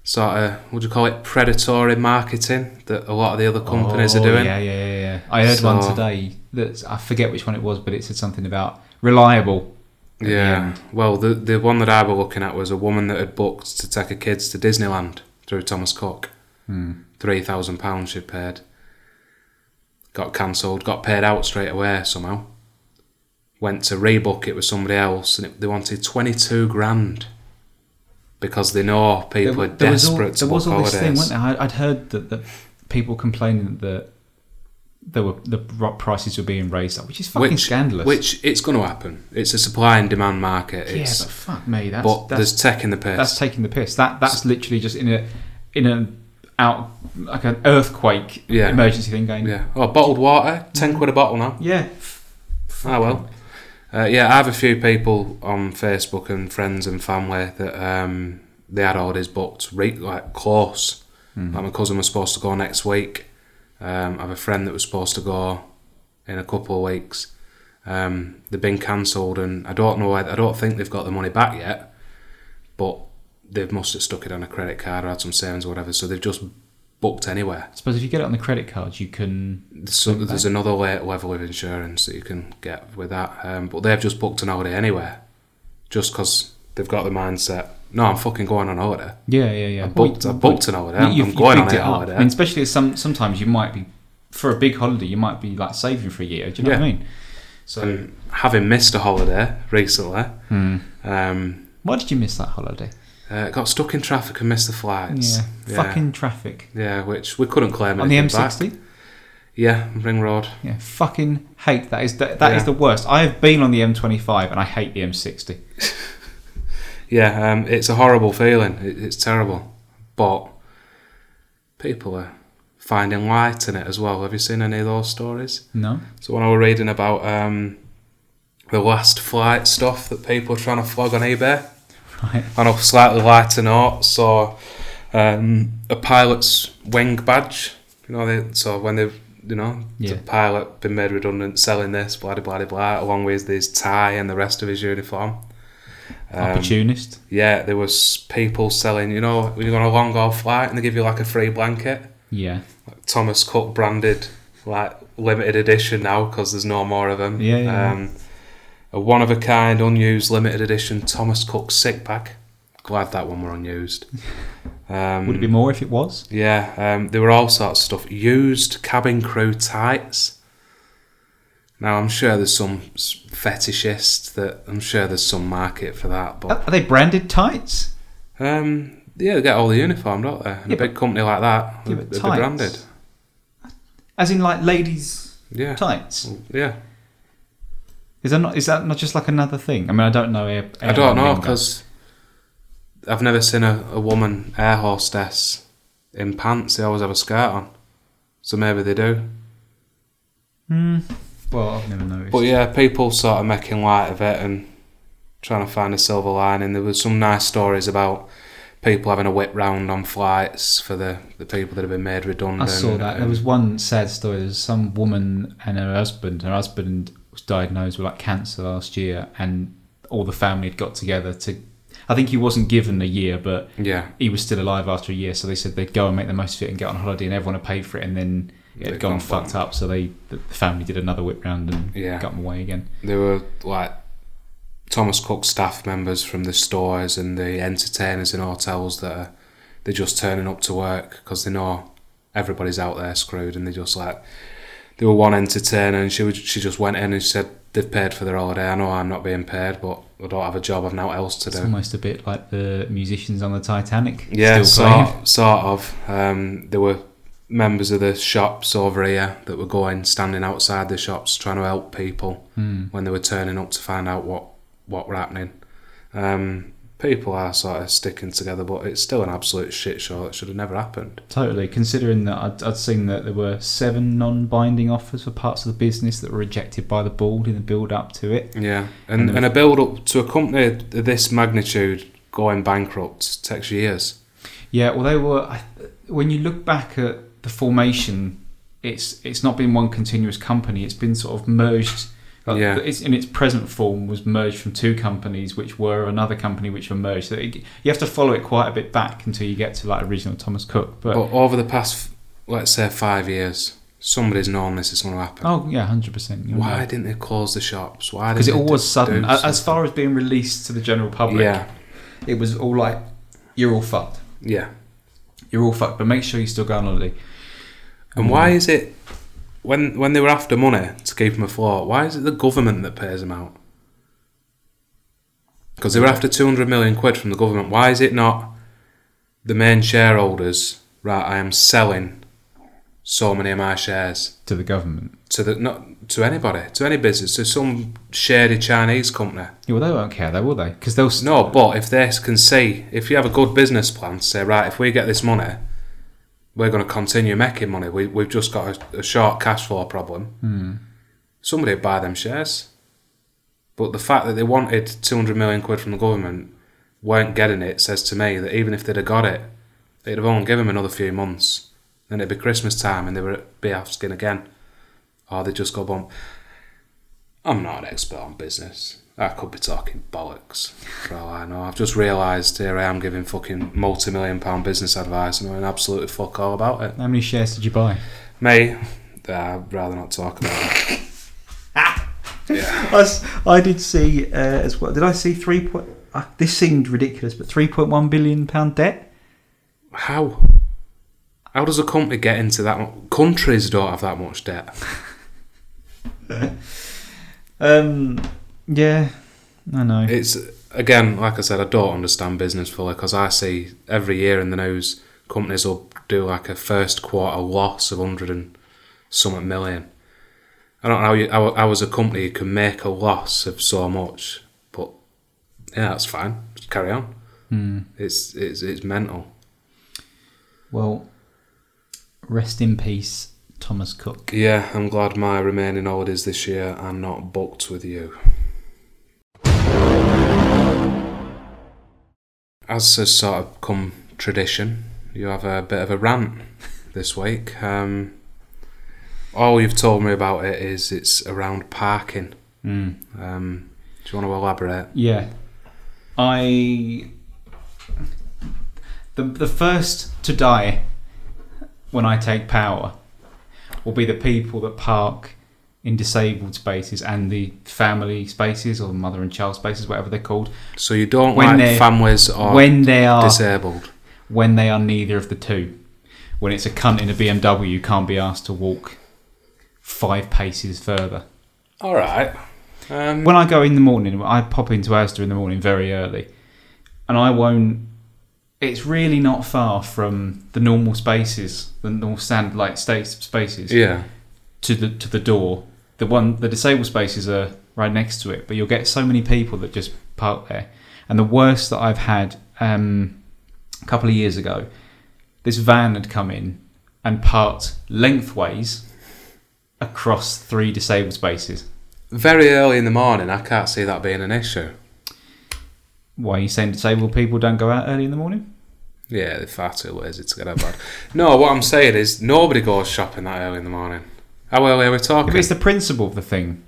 S2: sort of would you call it predatory marketing that a lot of the other companies
S1: Oh,
S2: are doing.
S1: Yeah, yeah, yeah. yeah. I heard one
S2: So-
S1: today that I forget which one it was, but it said something about reliable. at the
S2: Yeah.
S1: end.
S2: um, Well, the the one that I were looking at was a woman that had booked to take her kids to Disneyland through Thomas Cook.
S1: Hmm.
S2: Three thousand pounds she paid. Got cancelled. Got paid out straight away somehow. Went to rebook it with somebody else, and it, they wanted twenty two grand because they know people are desperate
S1: there was
S2: to
S1: all
S2: book
S1: this thing,
S2: holidays.
S1: wasn't there? I, I'd heard that, that people complaining that there were the ro- prices were being raised up, which is fucking scandalous.
S2: Which it's going to happen. It's a supply and demand market.
S1: yeah,
S2: It's,
S1: but fuck me, that's
S2: but
S1: that's,
S2: there's tech in the piss.
S1: that's taking the piss. That that's literally just in a in a out like an earthquake
S2: Yeah.
S1: emergency thing going.
S2: yeah. Oh, bottled water,
S1: Mm-hmm.
S2: ten quid a bottle now.
S1: yeah.
S2: Ah well. Uh, yeah, I have a few people on Facebook and friends and family that um, they had holidays booked re- like close. Like my cousin was supposed to go next week. Um, I have a friend that was supposed to go in a couple of weeks. Um, they've been cancelled, and I don't know. why- I don't think they've got the money back yet, but they must have stuck it on a credit card or had some savings or whatever. So they've just booked anywhere.
S1: I suppose if you get it on the credit cards, you can.
S2: So there's another le- level of insurance that you can get with that, um, but they've just booked an holiday anyway, just because they've got the mindset. No, I'm fucking going on holiday.
S1: Yeah, yeah, yeah.
S2: I booked, I
S1: Well,
S2: booked an holiday.
S1: You-
S2: I'm
S1: you've-
S2: I'm going
S1: you've
S2: on
S1: picked
S2: a
S1: it up.
S2: holiday.
S1: I mean, especially as some sometimes you might be for a big holiday, you might be like saving for a year. Do you know what I mean? So,
S2: And having missed a holiday recently,
S1: hmm.
S2: um,
S1: why did you miss that holiday?
S2: uh, got stuck in traffic and missed the flights.
S1: yeah. fucking traffic
S2: yeah, which we couldn't claim
S1: on the
S2: anything back.
S1: M60.
S2: Yeah, Ring Road.
S1: Yeah, fucking hate that. Is that, that is
S2: Yeah.
S1: the worst? I have been on the M25 and I hate the M60.
S2: Yeah, um, it's a horrible feeling. It, it's terrible, but people are finding light in it as well. Have you seen any of those stories?
S1: No,
S2: So when I was reading about um, the last flight stuff that people are trying to flog on eBay,
S1: right?
S2: on a slightly lighter note, so um, a pilot's wing badge. You know, they, so when they, you know,
S1: Yeah.
S2: the pilot been made redundant, selling this, blah blah blah blah, along with his tie and the rest of his uniform. Um,
S1: Opportunist.
S2: yeah, there was people selling. You know, when you go on a long haul flight and they give you like a free blanket,
S1: Yeah,
S2: like Thomas Cook branded, like limited edition now because there's no more of them.
S1: Yeah, yeah,
S2: Um, a one of a kind, unused, limited edition Thomas Cook sick bag. Glad that one were unused. Um,
S1: would it be more if it was?
S2: yeah, um, there were all sorts of stuff. Used cabin crew tights. Now I'm sure there's some s- fetishist that I'm sure there's some market for that, but
S1: Are are they branded tights?
S2: um, yeah, they get all the uniform, don't they? And
S1: Yeah,
S2: a big company like that,
S1: Yeah,
S2: yeah,
S1: but
S2: would be
S1: tights.
S2: branded.
S1: As in, like ladies'
S2: Yeah,
S1: tights?
S2: yeah.
S1: Is that not? Is that not just like another thing? I mean, I don't know. Air,
S2: I don't know
S1: airline
S2: because I've never seen a, a woman air hostess in pants. They always have a skirt on, so maybe they do.
S1: lingo. Hmm. Well, I've never noticed.
S2: But yeah, people sort of making light of it and trying to find a silver lining. There was some nice stories about people having a whip round on flights for the, the people that have been made redundant.
S1: I saw that. There
S2: and-
S1: was one sad story. There was some woman and her husband. Her husband was diagnosed with like cancer last year, and all the family had got together to. I think he wasn't given a year, but
S2: yeah,
S1: he was still alive after a year. So they said they'd go and make the most of it and get on holiday, and everyone had paid for it. And then it
S2: They'd
S1: had gone
S2: gone
S1: fucked up. So they the the family did another whip round and
S2: Yeah.
S1: got them away again.
S2: There were like Thomas Cook staff members from the stores and the entertainers in hotels that are they're just turning up to work because they know everybody's out there screwed and they just like there were one entertainer and she was, she just went in and she said they've paid for their holiday. I know I'm not being paid, but I don't have a job. I've now else to
S1: It's
S2: do.
S1: almost a bit like the musicians on the Titanic.
S2: uh, Yeah,
S1: still playing.
S2: sort, sort of. Um, there were members of the shops over here that were going, standing outside the shops, trying to help people
S1: Hmm.
S2: when they were turning up to find out what, what were happening. Um, people are sort of sticking together, but it's still an absolute shit show. It should have never happened.
S1: Totally. Considering that I'd, I'd seen that there were seven non-binding offers for parts of the business that were rejected by the board in the build-up to it.
S2: Yeah, and and a build up to a company th- this magnitude going bankrupt takes years.
S1: Yeah, well, they were. I, when you look back at the formation, it's it's not been one continuous company. It's been sort of merged. like,
S2: Yeah.
S1: It's, in its present form, was merged from two companies, which were another company which were merged. So it, you have to follow it quite a bit back until you get to like original Thomas Cook. But,
S2: But over the past, let's say, five years, somebody's known this is going to happen.
S1: oh yeah, hundred percent.
S2: Why didn't they close the shops? Why?
S1: Because it
S2: didn't
S1: all
S2: they
S1: was
S2: do
S1: sudden. A- As
S2: something?
S1: far as being released to the general public,
S2: Yeah,
S1: it was all like, you're all fucked.
S2: yeah.
S1: You're all fucked. But make sure you still go on holiday.
S2: And why is it when when they were after money to keep them afloat? Why is it the government that pays them out? Because they were after two hundred million quid from the government. Why is it not the main shareholders? Right, I am selling so many of my shares
S1: to the government.
S2: to the not to anybody, to any business, to some shady Chinese company.
S1: Yeah, well, they won't care though, will they? Because they'll. s
S2: No, but if they can see, if you have a good business plan, say, right, if we get this money, we're going to continue making money. We, we've just got a, a short cash flow problem.
S1: Hmm.
S2: Somebody would buy them shares. But the fact that they wanted 200 million quid from the government, weren't getting it, says to me that even if they'd have got it, they'd have only given them another few months. Then it'd be Christmas time and they would be asking again. Or they'd just go bump. I'm not an expert on business. I could be talking bollocks. For all I know, I've just realised here I am giving fucking multi-million pound business advice and knowing absolutely fuck all about it.
S1: How many shares did you buy?
S2: Me, nah, I'd rather not talk about it.
S1: I, s- I did see uh, as well. Did I see three point? Uh, this seemed ridiculous, but three point one billion pound debt.
S2: How? How does a company get into that? Much? Countries don't have that much debt.
S1: Um, yeah, I know.
S2: It's again, like I said, I don't understand business fully because I see every year in the news companies will do like a first quarter loss of hundred and something million. I don't know how you, how, how as a company you can make a loss of so much, but yeah, that's fine. Just carry on. It's it's it's mental.
S1: well, rest in peace, Thomas Cook.
S2: Yeah, I'm glad my remaining holidays this year are not booked with you. As has sort of come tradition, you have a bit of a rant this week. Um, all you've told me about it is it's around parking.
S1: Hmm.
S2: Um, do you want to elaborate?
S1: Yeah, I. The the first to die when I take power will be the people that park in disabled spaces and the family spaces or mother and child spaces, whatever they're called.
S2: So you don't
S1: When
S2: like
S1: they-
S2: families or
S1: when they are
S2: disabled.
S1: when they are neither of the two. When it's a cunt in a BMW you can't be asked to walk five paces further.
S2: All right. Um,
S1: When I go in the morning, I pop into Asda in the morning very early, and I won't. It's really not far from the normal spaces, the normal standard like state spaces
S2: yeah.
S1: to the to the door. The one the disabled spaces are right next to it, but you'll get so many people that just park there. And the worst that I've had um, a couple of years ago, this van had come in and parked lengthways across three disabled spaces.
S2: Very early in the morning, I can't see that being an issue.
S1: Why are you saying disabled people don't go out early in the morning?
S2: Yeah, they're far too lazy to get out of bed. no, what I'm saying is nobody goes shopping that early in the morning. How early are we
S1: If
S2: talking?
S1: it's the principle of the thing,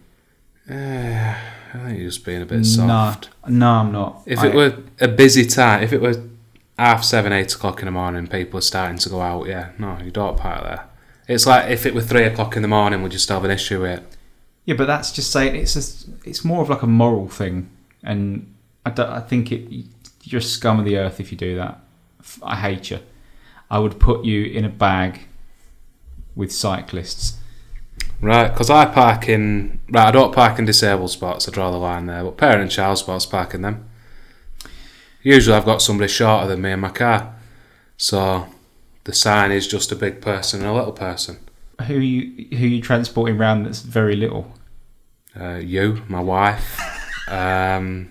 S2: Eh, I think you're just being a bit soft.
S1: no, no, I'm not.
S2: If
S1: I-
S2: it were a busy time, if it were half seven, eight o'clock in the morning, people are starting to go out. Yeah, no, you don't park there. It's like if it were three o'clock in the morning, would you still have an issue with it?
S1: Yeah, but that's just saying it's a, it's more of like a moral thing, and I, don't- I think it you're scum of the earth if you do that. F- I hate you. I would put you in a bag with cyclists.
S2: Right, because I park in. Right, I don't park in disabled spots. I draw the line there. But parent and child spots, parking them. Usually, I've got somebody shorter than me in my car, so the sign is just a big person and a little person.
S1: Who you who you transporting round that's very little?
S2: Uh, you, my wife, um,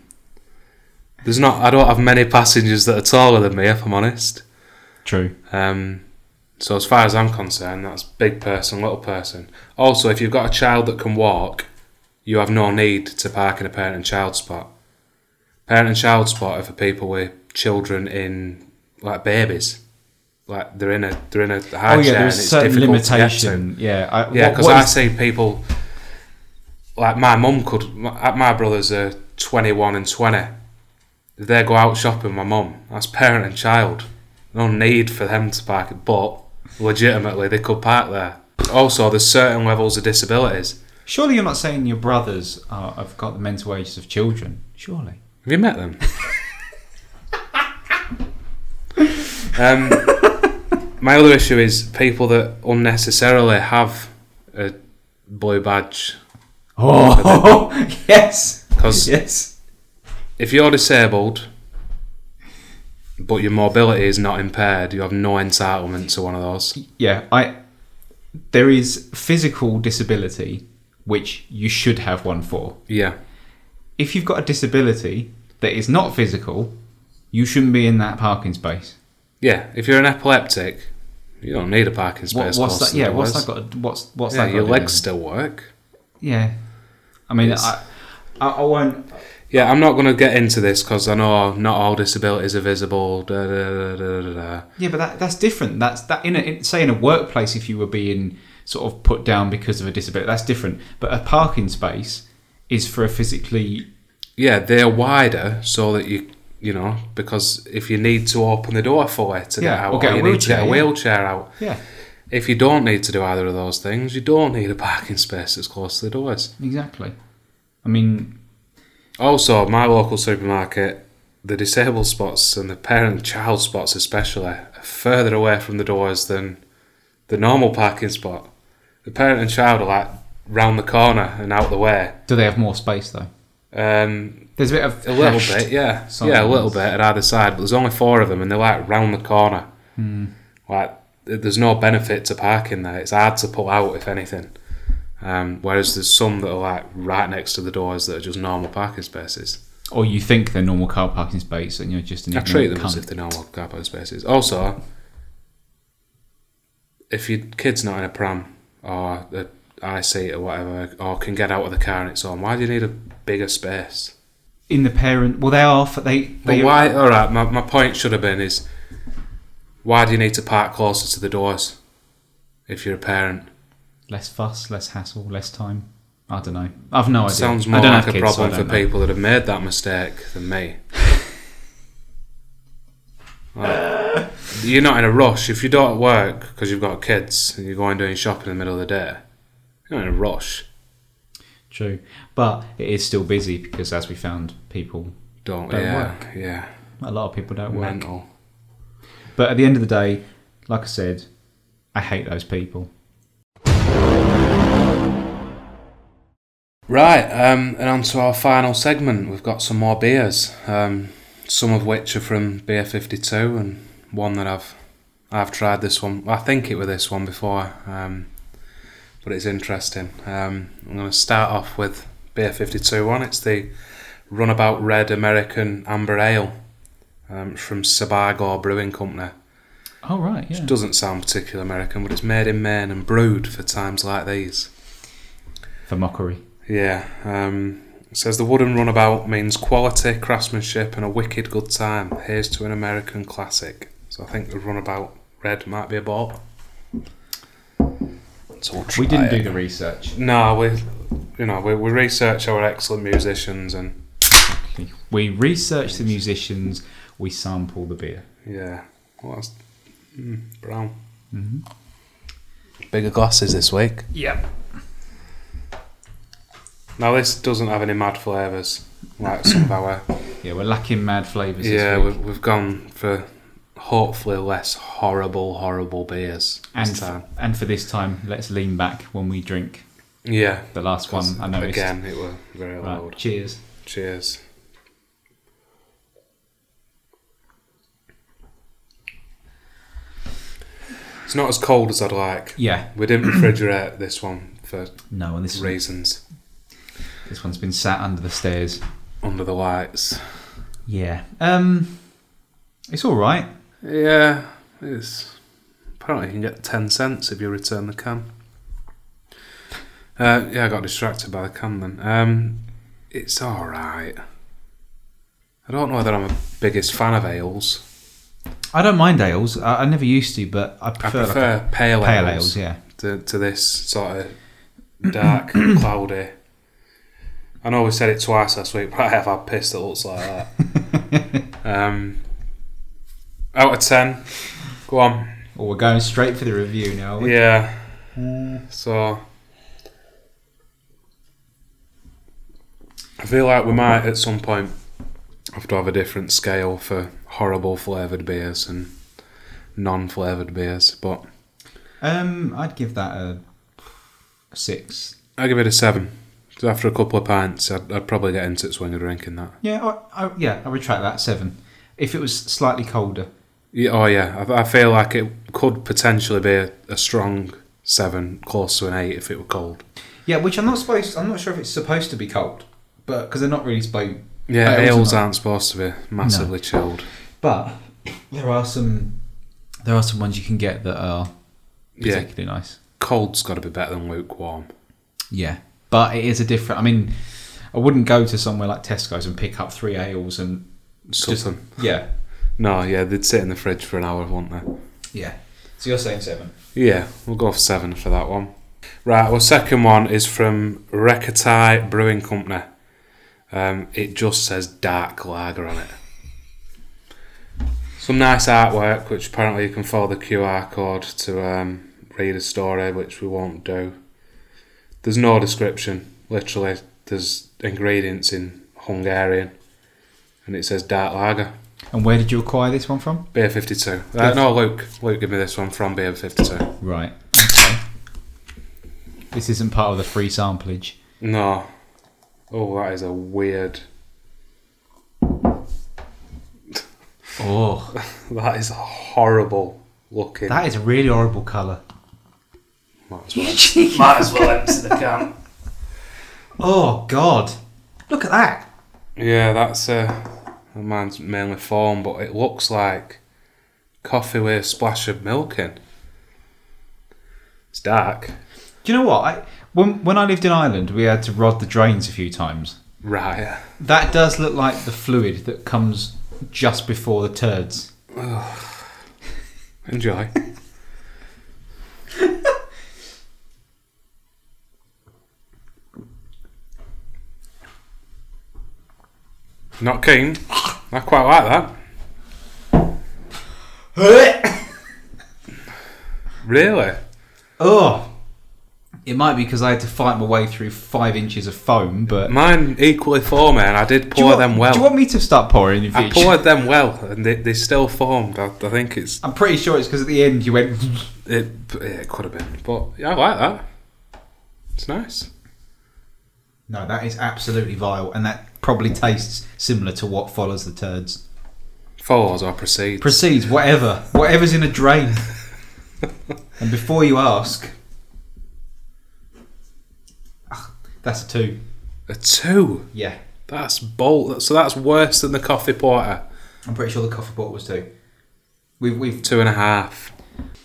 S2: There's not. I don't have many passengers that are taller than me, if I'm honest.
S1: True.
S2: Um, so as far as I'm concerned, that's big person, little person. Also, if you've got a child that can walk, you have no need to park in a parent and child spot. Parent and child spot are for people with children in like babies, like they're in a they're in a high
S1: oh yeah,
S2: chair and
S1: there's
S2: it's
S1: certain
S2: difficult to get to.
S1: limitation. Yeah, I,
S2: Yeah,
S1: what-
S2: because
S1: what
S2: I
S1: is-
S2: see people like my mum could. My, uh, my brothers are twenty one and twenty. If they go out shopping, my mum. That's parent and child. No need for them to park it, but legitimately they could park there. Also, there's certain levels of disabilities.
S1: surely you're not saying your brothers are, have got the mental ages of children. Surely.
S2: Have you met them? um, my other issue is people that unnecessarily have a blue badge
S1: Oh yes,
S2: because
S1: yes.
S2: if you're disabled but your mobility is not impaired, you have no entitlement to one of those.
S1: Yeah, I. There is physical disability, which you should have one for.
S2: Yeah.
S1: If you've got a disability that is not physical, you shouldn't be in that parking space.
S2: Yeah. If you're an epileptic, you don't need a parking
S1: What,
S2: space.
S1: what's
S2: close
S1: that?
S2: to
S1: Yeah,
S2: the
S1: what's
S2: doors.
S1: that got? to- What's what's
S2: Yeah,
S1: that?
S2: your
S1: got to do
S2: legs
S1: with
S2: still work.
S1: it? Yeah, I mean,
S2: Yes.
S1: I, I, I won't.
S2: Yeah, I'm not going to get into this because I know not all disabilities are visible. Da, da, da, da, da, da.
S1: Yeah, but that, that's different. That's that in a in, say in a workplace if you were being sort of put down because of a disability, that's different. But a parking space is for a physically
S2: Yeah, they're wider so that you, you know, because if you need to open the door for it to get
S1: Yeah,
S2: out,
S1: or
S2: or
S1: get a
S2: you need to get a
S1: wheelchair, yeah.
S2: wheelchair out.
S1: yeah
S2: If you don't need to do either of those things, you don't need a parking space that's close to the doors.
S1: exactly. I mean,
S2: Also, my local supermarket, the disabled spots and the parent and child spots especially are further away from the doors than the normal parking spot. The parent and child are like round the corner and out the way.
S1: do they have more space though?
S2: Um,
S1: There's a bit of
S2: a little
S1: hashed-
S2: bit, yeah,
S1: some
S2: yeah, a little
S1: ones.
S2: bit at either side. But there's only four of them, and they're like round the corner.
S1: Hmm.
S2: Like th- there's no benefit to parking there. It's hard to pull out if anything. Um, whereas there's some that are like right next to the doors that are just normal parking spaces.
S1: Or you think they're normal car parking space and you're just an
S2: I treat
S1: ignorant
S2: them as
S1: cunt.
S2: if they're normal car parking spaces. Also, if your kid's not in a pram or the I seat or whatever, or can get out of the car on its own, why do you need a bigger space?
S1: in the parent. Well, they are. For, they
S2: But
S1: they
S2: why? All right, my, my point should have been is why do you need to park closer to the doors if you're a parent?
S1: less fuss, less hassle, less time. I don't know. I've no idea.
S2: Sounds
S1: I
S2: more
S1: don't
S2: like a
S1: have kids, so I
S2: problem for
S1: don't know.
S2: people that have made that mistake than me. Like, you're not in a rush if you don't work because you've got kids and you're going doing shopping in the middle of the day. You're not in a rush.
S1: True, but it is still busy because, as we found, people
S2: Don't,
S1: Don't
S2: yeah,
S1: work.
S2: yeah.
S1: a lot of people don't work.
S2: Mental.
S1: But at the end of the day, like I said, I hate those people.
S2: Right, um, and on to our final segment. We've got some more beers, um, some of which are from Beer 52, and one that I've I've tried this one. I think it was this one before, um, but it's interesting. Um, I'm going to start off with Beer 52 one. It's the Runabout Red American Amber Ale um, from Sabago Brewing Company.
S1: Oh right, yeah.
S2: Which doesn't sound particularly American, but it's made in Maine and brewed for times like these.
S1: For mockery.
S2: Yeah. Um, it says the wooden runabout means quality, craftsmanship, and a wicked good time. Here's to an American classic. So I think the runabout red might be a ball. So we'll
S1: We
S2: try
S1: didn't
S2: it.
S1: do the research.
S2: No, we, you know, we, we research our excellent musicians and
S1: We research the musicians. We sample the beer.
S2: yeah. Well, that's, mm, brown. Mm-hmm. Bigger glasses this week.
S1: Yep.
S2: Now this doesn't have any mad flavours like some of our
S1: Yeah, we're lacking mad flavours.
S2: Yeah,
S1: this week.
S2: we've, we've gone for hopefully less horrible, horrible beers
S1: and
S2: this time.
S1: f- and for this time, let's lean back when we drink
S2: Yeah,
S1: the last one. I noticed.
S2: again, it were very
S1: Right,
S2: loud.
S1: cheers.
S2: Cheers. It's not as cold as I'd like.
S1: Yeah.
S2: We didn't refrigerate this one for
S1: No, and this
S2: reasons
S1: this one's been sat under the stairs.
S2: under the lights.
S1: Yeah. Um, it's all right.
S2: Yeah, it's apparently you can get ten cents if you return the can. Uh, yeah, I got distracted by the can then. Um, it's all right. I don't know whether I'm a biggest fan of ales.
S1: I don't mind ales. I, I never used to, but I
S2: I
S1: prefer, like,
S2: prefer pale,
S1: pale ales.
S2: ales.
S1: Yeah.
S2: to, to this sort of dark, cloudy. I know we said it twice last week, but I have had piss that looks like that. um, out of ten, go on.
S1: Or we're going straight for the review now. aren't we?
S2: Yeah. So I feel like we might at some point have to have a different scale for horrible flavoured beers and non-flavoured beers, but
S1: Um, I'd give that a, a six.
S2: I give it a seven. 'Cause after a couple of pints, I'd, I'd probably get into it swing of drinking that.
S1: Yeah. I, I, yeah. I retract that seven. If it was slightly colder.
S2: Yeah, oh yeah, I, I feel like it could potentially be a, a strong seven, close to an eight if it were cold.
S1: Yeah, which I'm not supposed. I'm not sure if it's supposed to be cold, but because they're not really supposed.
S2: Yeah,
S1: Ales are
S2: ales
S1: not-
S2: aren't supposed to be massively chilled.
S1: But there are some. There are some ones you can get that are
S2: Yeah.
S1: particularly nice.
S2: Cold's got to be better than lukewarm.
S1: Yeah, but it is a different. I mean, I wouldn't go to somewhere like Tesco's and pick up three ales and
S2: Just, them.
S1: yeah,
S2: No, yeah, they'd sit in the fridge for an hour, wouldn't
S1: yeah. So you're saying seven?
S2: they? Yeah, we'll go for seven for that one. Right, well, second one is from Rekatai Brewing Company. Um, it just says dark lager on it. Some nice artwork, which apparently you can follow the QR code to um, read a story, which we won't do. There's no description, literally. There's ingredients in Hungarian, and it says dark lager.
S1: And where did you acquire this one from?
S2: Beer 52. Uh, no, Luke. Luke, give me this one from Beer 52.
S1: Right. this isn't part of the free samplage.
S2: No. Oh, that is a weird.
S1: Oh,
S2: That is horrible looking.
S1: that is a really horrible colour.
S2: Might as well, might as well empty the can.
S1: Oh God! Look at that.
S2: Yeah, that's uh, mine's mainly foam, but it looks like coffee with a splash of milk in. It's dark.
S1: Do you know what? I, when when I lived in Ireland, we had to rod the drains a few times.
S2: Right.
S1: That does look like the fluid that comes just before the turds.
S2: Enjoy. Not keen. I quite like that. Really?
S1: oh, it might be because I had to fight my way through five inches of foam, but
S2: Mine equally foam, and I
S1: Do you
S2: did Mm. pour
S1: want-
S2: them well.
S1: Do you want me to start pouring in
S2: I
S1: future?
S2: poured them well, and they, they still formed. I, I think it's
S1: I'm pretty sure it's because at the end you went.
S2: it. It could have been, but yeah, I like that. It's nice.
S1: No, that is absolutely vile, and that probably tastes similar to what follows the turds.
S2: Follows or proceeds.
S1: Proceeds, whatever, whatever's in a drain. and before you ask, Ah, that's a two.
S2: a two.
S1: Yeah,
S2: That's bold. So that's worse than the coffee porter.
S1: I'm pretty sure the coffee pot was two. We've, we've
S2: Two and a half.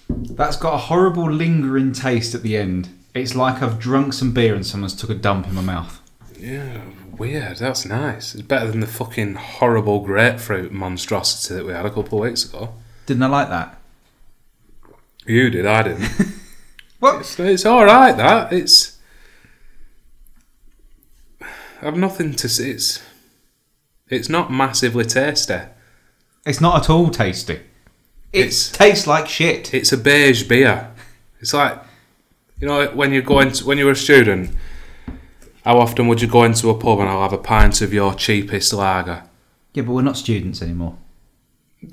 S1: That's got a horrible lingering taste at the end. It's like I've drunk some beer and someone's took a dump in my mouth.
S2: Yeah, weird. That's nice. It's better than the fucking horrible grapefruit monstrosity that we had a couple of weeks ago.
S1: Didn't I like that?
S2: You did, I didn't.
S1: What?
S2: it's, it's all right. That it's. I've nothing to say. It's. It's not massively tasty.
S1: It's not at all tasty. It
S2: It's-
S1: tastes like shit.
S2: It's a beige beer. It's like, you know, when you're going to, when you're a student, how often would you go into a pub and I'll have a pint of your cheapest lager?
S1: Yeah, but we're not students anymore.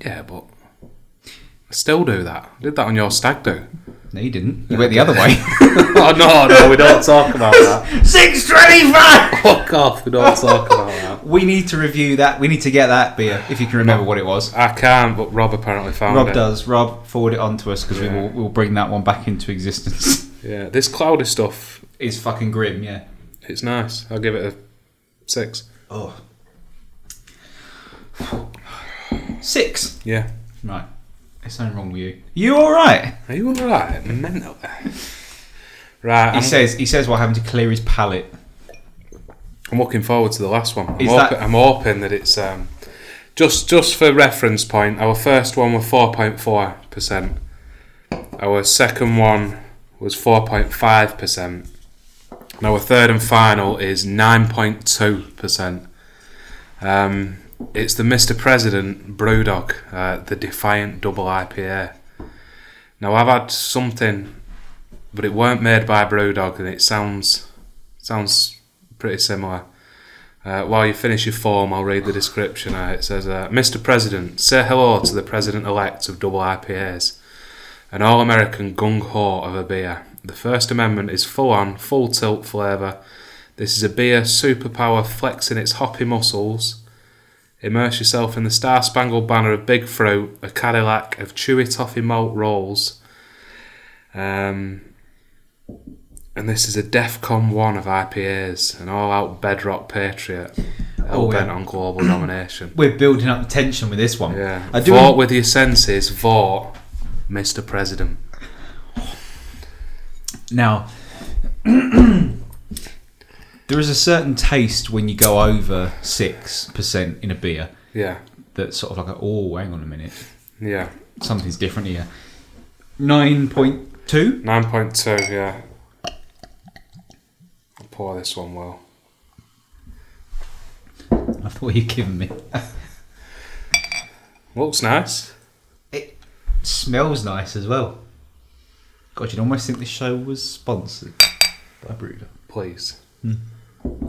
S2: Yeah, but I still do that. I did that on your stag do.
S1: No, you didn't. You went the other way.
S2: oh no, no, we don't talk about that.
S1: Six twenty-five.
S2: Fuck off. We don't talk about that.
S1: We need to review that. We need to get that beer if you can remember what it was.
S2: I can't, but Rob apparently found
S1: Rob
S2: it.
S1: does. Rob, forward it on to us because we
S2: Yeah.
S1: will we'll bring that one back into existence.
S2: Yeah, this cloudy stuff.
S1: it's fucking grim. Yeah.
S2: It's nice. I'll give it a six.
S1: Oh. Six.
S2: Yeah.
S1: Right. There's something wrong with you. You all right?
S2: Are you alright? Mental. Right.
S1: He
S2: I'm,
S1: says. He says what happened to clear his palate.
S2: I'm looking forward to the last one. I'm,
S1: Is
S2: hoping,
S1: that-
S2: I'm hoping that it's um, just just for reference point. Our first one was 4.4 percent. Our second one was 4.5 percent. And our third and final is 9.2 percent. Um, it's the Mr. President Brewdog, uh, the Defiant Double IPA. Now I've had something, but it weren't made by Brewdog, and it sounds sounds pretty similar. Uh, while you finish your form, I'll read the description. Uh, it says, uh, "Mr. President, say hello to the president-elect of double IPAs, an all-American gung ho of a beer. The First Amendment is full on, full tilt flavour. This is a beer superpower flexing its hoppy muscles." Immerse yourself in the star spangled banner of Big Fruit, a Cadillac of chewy toffee malt rolls. Um, and this is a DEFCON 1 of IPAs, an all out bedrock patriot,
S1: Oh,
S2: hell bent
S1: yeah.
S2: on global domination.
S1: We're building up the tension with this one.
S2: Yeah.
S1: I do.
S2: Vote with your senses, vote, Mr. President.
S1: Now, there is a certain taste when you go over six percent in a beer
S2: Yeah,
S1: that's sort of like, a, oh, hang on a minute,
S2: yeah.
S1: something's different here. Nine point two.
S2: 9.2, yeah. I'll pour this one well.
S1: I thought you'd given me.
S2: Looks nice.
S1: It smells nice as well. God, you'd almost think this show was sponsored by Brewdog.
S2: Please.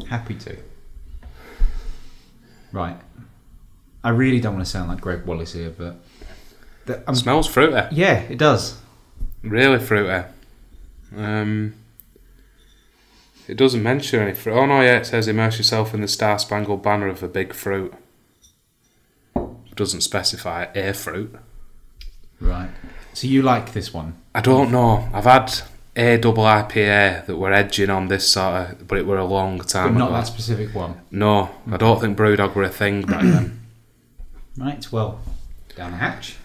S1: Happy to. Right. I really don't want to sound like Greg Wallace here, but that, I'm,
S2: Smells fruity.
S1: yeah, it does.
S2: Really fruity. Um, it doesn't mention any fruit. Oh no, yeah, it says immerse yourself in the star spangled banner of a big fruit. doesn't specify a fruit.
S1: Right. So you like this one?
S2: I don't know. I've had a double IPA that were edging on this sort of, but it were a long
S1: But
S2: time
S1: not
S2: ago.
S1: that specific one.
S2: No, I don't think Brewdog were a thing back then.
S1: Right, well, down the hatch.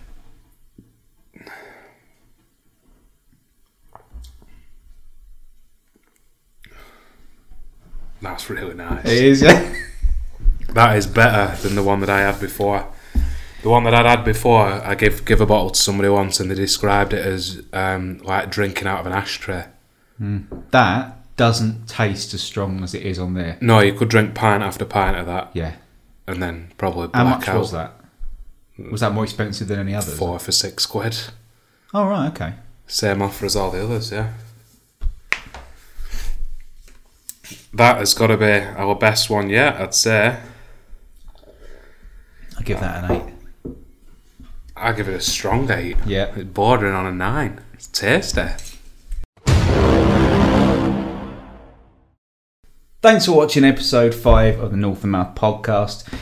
S2: That's really nice.
S1: It is, yeah.
S2: That is better than the one that I had before. The one that I'd had before, I give give a bottle to somebody once, and they described it as um, like drinking out of an ashtray.
S1: that doesn't taste as strong as it is on there.
S2: No, you could drink pint after pint of that,
S1: Yeah.
S2: and then probably
S1: How
S2: black
S1: much
S2: out
S1: was that? Was that more expensive than any others?
S2: four for six quid.
S1: Oh, right, okay.
S2: Same offer as all the others, yeah. That has got to be our best one yet, I'd say.
S1: I give that an eight.
S2: I give it a strong eight.
S1: Yeah.
S2: It's bordering on a nine. It's tasty.
S1: Thanks for watching episode five of the North and Mouth podcast,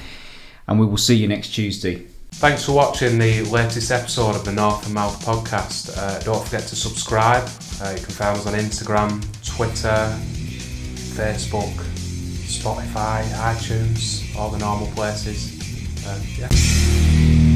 S1: and we will see you next Tuesday.
S2: Thanks for watching the latest episode of the North and Mouth podcast. Uh, don't forget to subscribe. Uh, you can find us on Instagram, Twitter, Facebook, Spotify, iTunes, all the normal places. Uh, yeah.